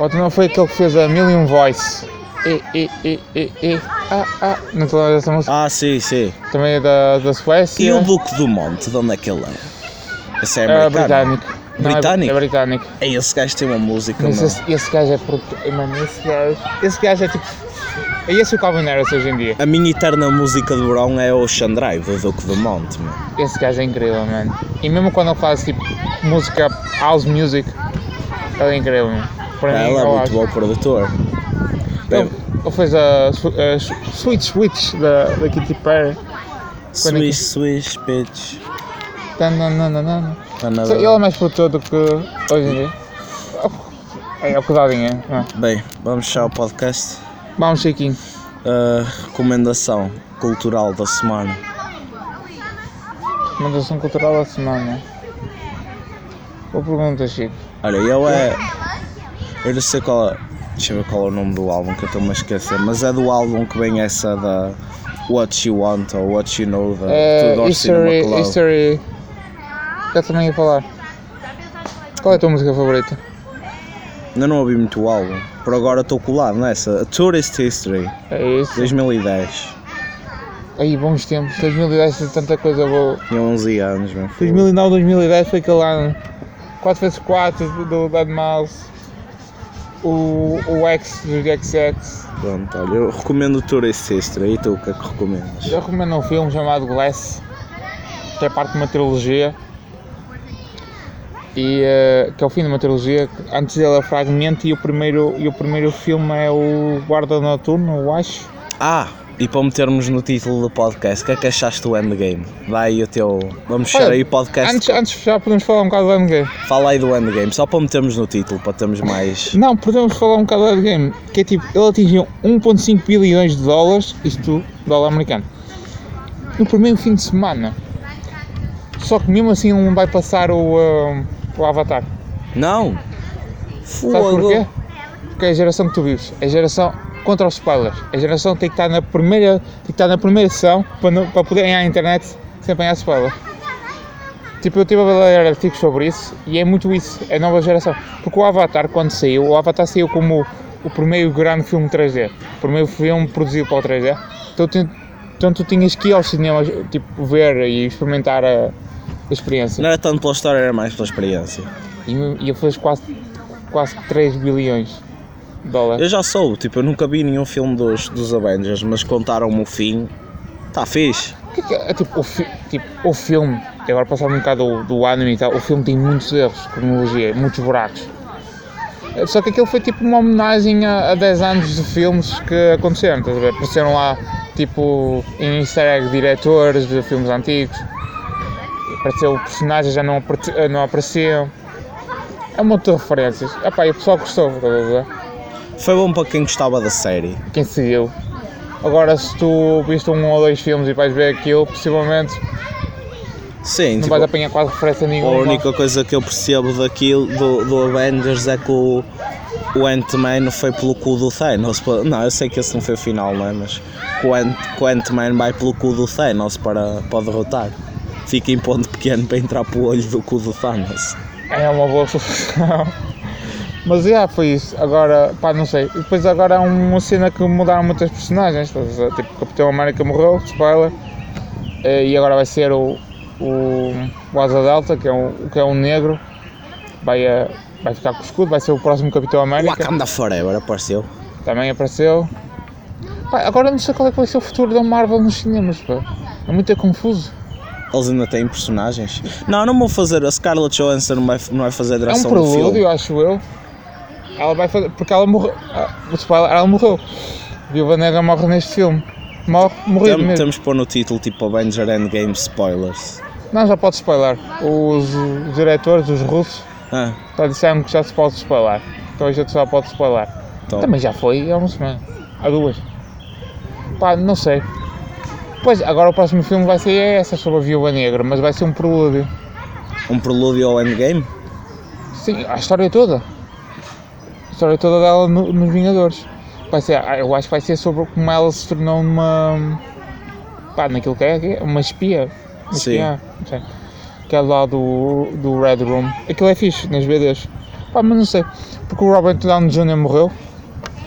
Speaker 4: O Otto Nose foi aquele que fez a Million Voice. E, e, e, e, e, ah, ah. Não te lembras dessa música?
Speaker 3: Ah, sim, sim.
Speaker 4: Também é da, da Suécia.
Speaker 3: E o Duque do Monte, de onde é que ele é? Esse é
Speaker 4: É
Speaker 3: americano.
Speaker 4: britânico. Não, é-
Speaker 3: Britânico?
Speaker 4: É, britânico.
Speaker 3: Ei, esse gajo tem uma música,
Speaker 4: Mas
Speaker 3: mano.
Speaker 4: esse, esse gajo é produtor. Mano, esse gajo. Esse gajo é tipo. É esse o Calvin Harris hoje em dia.
Speaker 3: A minha eterna música de verão é Ocean Drive, do Duque do Monte, mano.
Speaker 4: Esse gajo é incrível, mano. E mesmo quando ele faz tipo música house music, ele é incrível, mano. Para mim,
Speaker 3: Ele é
Speaker 4: eu
Speaker 3: muito
Speaker 4: acho.
Speaker 3: bom produtor.
Speaker 4: Ele, ele fez a, su- a su- Sweet Switch da, da Katy Perry.
Speaker 3: Swish, swish, bitch.
Speaker 4: Tá, Tananana.
Speaker 3: Ah, nada.
Speaker 4: Ele é mais produtor do que hoje em dia. É, é o que dá dinheiro. não é?
Speaker 3: Bem, vamos fechar o podcast.
Speaker 4: Vamos, Chiquinho.
Speaker 3: Ah, recomendação cultural da semana.
Speaker 4: Recomendação cultural da semana. Boa pergunta, Chico.
Speaker 3: Olha, eu é. Eu não sei qual é. Deixa eu ver qual é o nome do álbum que eu estou-me a esquecer, mas é do álbum que vem essa da What You Want ou What You Know da
Speaker 4: É,
Speaker 3: Tudor
Speaker 4: history,
Speaker 3: Cinema Club.
Speaker 4: history. Já também ia falar. Qual é a tua música favorita?
Speaker 3: Ainda não ouvi muito o álbum, por agora estou colado nessa. A Tourist History,
Speaker 4: É isso.
Speaker 3: 2010.
Speaker 4: Aí, bons tempos. 2010 tem tanta coisa boa.
Speaker 3: Tinha 11 anos, meu filho.
Speaker 4: 2009, 2010 foi aquele ano. 4x4 do Dead Mouse. O, o X dos XX.
Speaker 3: Pronto, olha, eu recomendo o Tourist History e tu, o que é que recomendas?
Speaker 4: Eu recomendo um filme chamado Glass, que é parte de uma trilogia. E, eh, que é o fim de uma trilogia. Antes dele é Fragmento e o primeiro, e o primeiro filme é o Guarda Noturno, eu acho.
Speaker 3: Ah, e para metermos no título do podcast, o que é que achaste do Endgame? Vai aí o teu. Vamos fechar
Speaker 4: Olha,
Speaker 3: aí o podcast.
Speaker 4: Antes, antes de fechar, podemos falar um bocado do Endgame.
Speaker 3: Fala aí do Endgame, só para metermos no título, para termos mais.
Speaker 4: Não, podemos falar um bocado do Endgame, que é tipo, ele atingiu 1.5 bilhões de dólares, isto dólar americano, no primeiro fim de semana. Só que mesmo assim ele não vai passar o, ah, o Avatar.
Speaker 3: Não!
Speaker 4: Sabes porquê?
Speaker 3: Fogo!
Speaker 4: Porque é a geração que tu vives, é a geração contra os spoilers. É A geração que tem que estar na primeira, tem que estar na primeira sessão para, não, para poderem ir à internet sem apanhar spoilers. Tipo, eu estive a ler artigos sobre isso e é muito isso, é a nova geração. Porque o Avatar, quando saiu, o Avatar saiu como o primeiro grande filme 3D, o primeiro filme produzido para o 3D. Então, tu- então tu tinhas que ir aos cinemas, tipo, ver e experimentar a, a experiência.
Speaker 3: Não era tanto pela história, era mais pela experiência.
Speaker 4: E, me- e ele fez quase, quase 3 bilhões de dólares.
Speaker 3: Eu já soube, tipo, eu nunca vi nenhum filme dos, dos Avengers, mas contaram-me o fim. Está fixe.
Speaker 4: O que é que é? É tipo, o, fi- tipo, o filme, agora passando um bocado do, do anime e tal, o filme tem muitos erros, de cronologia, muitos buracos. É, Só que aquilo foi tipo uma homenagem a, a 10 anos de filmes que aconteceram, estás a ver? Apareceram lá, tipo, em easter egg, diretores de filmes antigos. Apareceu personagens que já não, aparte- eh, não apareciam. É um monte de referências. Epá, e o pessoal gostou, estás a ver?
Speaker 3: Foi bom para quem gostava da série.
Speaker 4: quem seguiu. Agora, se tu viste um ou dois filmes e vais ver aquilo, possivelmente
Speaker 3: Sim,
Speaker 4: não
Speaker 3: tipo,
Speaker 4: vais apanhar quase referência
Speaker 3: a
Speaker 4: nenhuma.
Speaker 3: única coisa que eu percebo daquilo, do, do Avengers, é que o, o Ant-Man foi pelo cu do Thanos. pa- Não, eu sei que esse não foi o final, não é? Mas que o Ant- que o Ant-Man vai pelo cu do Thanos para, para derrotar. Fica em ponto pequeno para entrar pelo olho do cu do Thanos.
Speaker 4: É uma boa solução. Mas já foi isso. Agora, pá, não sei. E depois agora há uma cena que mudaram muitas personagens. estás a ver? Tipo, o Capitão América morreu, spoiler. Eh, E agora vai ser o, o, o Asa Delta, que é um, que é um negro. Vai, eh, vai ficar com o escudo, vai ser o próximo Capitão América.
Speaker 3: Wakanda Forever apareceu.
Speaker 4: Também apareceu. Pá, agora não sei qual é que vai ser o futuro da Marvel nos cinemas, pá. É muito confuso.
Speaker 3: Eles ainda têm personagens. Não, não vão fazer. A Scarlett Johansson não vai, não vai fazer a
Speaker 4: É um
Speaker 3: direção do filme.
Speaker 4: prelúdio, acho eu. Ela vai fazer. Porque ela morreu. Ah, o spoiler, ela morreu. Viúva Negra morre neste filme. Morre, morreu
Speaker 3: Tem-
Speaker 4: mesmo.
Speaker 3: temos que pôr no título tipo Avenger Endgame Spoilers.
Speaker 4: Não, já pode spoiler. Os, os diretores, os russos,
Speaker 3: Ah,
Speaker 4: já disseram que já se pode spoiler. Então a gente só pode spoiler.
Speaker 3: então.
Speaker 4: Também já foi há uma semana. Há duas. Pá, não sei. Pois, agora o próximo filme vai ser essa sobre a Viúva Negra, mas vai ser um prelúdio.
Speaker 3: Um prelúdio ao Endgame?
Speaker 4: Sim, a história toda. A história toda dela no- nos Vingadores. Vai ser, ah, eu acho que vai ser sobre como ela se tornou uma. pá, naquilo que é, que é uma espia. Uma
Speaker 3: Sim.
Speaker 4: espia, não sei. Que é lá do, do Red Room. Aquilo é fixe, nas BDs. Pá, mas não sei. Porque o Robert Downey Jr. morreu.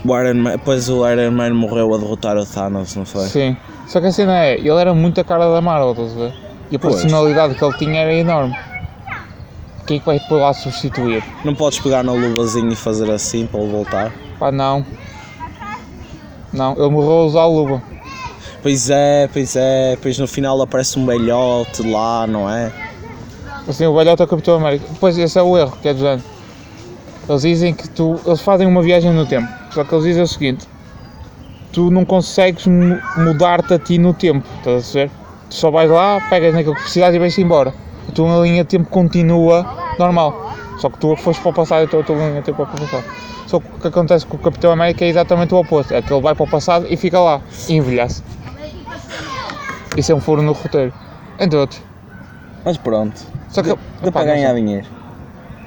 Speaker 3: O Iron Man, pois o Iron Man morreu a derrotar o Thanos, não foi?
Speaker 4: Sim. Só que a cena é, ele era muito a cara da Marvel, estás a ver? E a
Speaker 3: Pois.
Speaker 4: personalidade que ele tinha era enorme. Quem é que vai por lá substituir?
Speaker 3: Não podes pegar na luvazinha e fazer assim para ele voltar?
Speaker 4: Pá, não. Não, ele morreu a usar a luva.
Speaker 3: Pois é, pois é, pois no final aparece um belhote lá, não é?
Speaker 4: Assim, o velhote é o Capitão América. Pois, esse é o erro, que é do ano. Eles dizem que tu. Eles fazem uma viagem no tempo. Só que eles dizem o seguinte: tu não consegues mu- mudar-te a ti no tempo, estás a perceber? Tu só vais lá, pegas naquilo que precisas e vais-te embora. a tua linha de tempo continua normal. Só que tu foste para o passado e então a tua linha de tempo é para o passado. Só que o que acontece com o Capitão América é exatamente o oposto. É que ele vai para o passado e fica lá. E envelhece. Isso é um furo no roteiro. Entre outros.
Speaker 3: Mas pronto,
Speaker 4: Só que...
Speaker 3: deu, deu
Speaker 4: Epá,
Speaker 3: para
Speaker 4: não sei.
Speaker 3: ganhar dinheiro.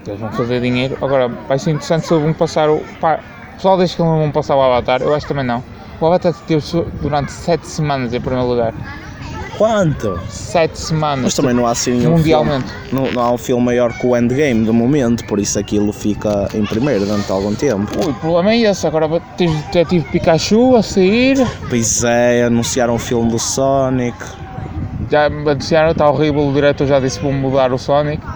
Speaker 4: Eles vão fazer dinheiro. Agora, vai ser interessante se eles vão passar o. Pá, o pessoal diz que eles não vão passar o Avatar, eu acho que também não. O Avatar teve su- durante 7 semanas em primeiro lugar.
Speaker 3: Quanto?
Speaker 4: 7 semanas.
Speaker 3: Mas também não há assim nenhum
Speaker 4: Mundialmente.
Speaker 3: filme- Não, não há um filme maior que o Endgame de momento, por isso aquilo fica em primeiro durante algum tempo.
Speaker 4: Ui, o problema é esse. Agora tens o detetive Pikachu a sair.
Speaker 3: Pois é, anunciaram o filme do Sonic.
Speaker 4: Já anunciaram, está horrível. O diretor já disse que vão mudar o Sonic.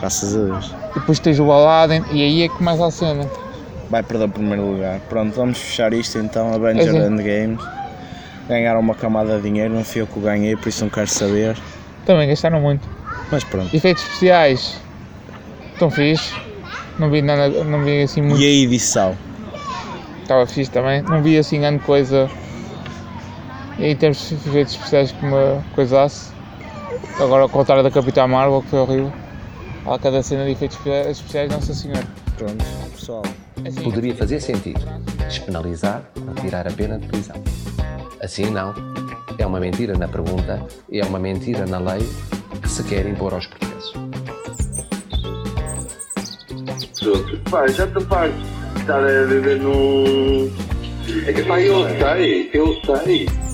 Speaker 3: Graças a Deus.
Speaker 4: E depois tens o Aladdin. E aí é que começa a cena.
Speaker 3: Vai perder o primeiro lugar. Pronto, vamos fechar isto então. Avenger
Speaker 4: Pois é.
Speaker 3: Endgame. Ganharam uma camada de dinheiro, não fui eu que o ganhei, por isso não quero saber.
Speaker 4: Também gastaram muito.
Speaker 3: Mas pronto.
Speaker 4: Efeitos especiais. Estão fixe. Não vi nada, não vi assim muito.
Speaker 3: E a edição?
Speaker 4: Estava fixe também. Não vi assim grande coisa em termos de efeitos especiais que me coisasse. Agora, ao contrário da Capitã Marvel, que foi horrível. Há cada cena de efeitos espe- especiais, Nossa Senhora.
Speaker 3: Pronto, pessoal.
Speaker 4: Assim,
Speaker 1: Poderia fazer sentido despenalizar ou tirar a pena de prisão. Assim não. É uma mentira na pergunta e é uma mentira na lei que se quer impor aos portugueses.
Speaker 2: Pronto, pá, já estou farto Tá, né, Tá de estar a viver num. É que pá, eu sei, eu sei.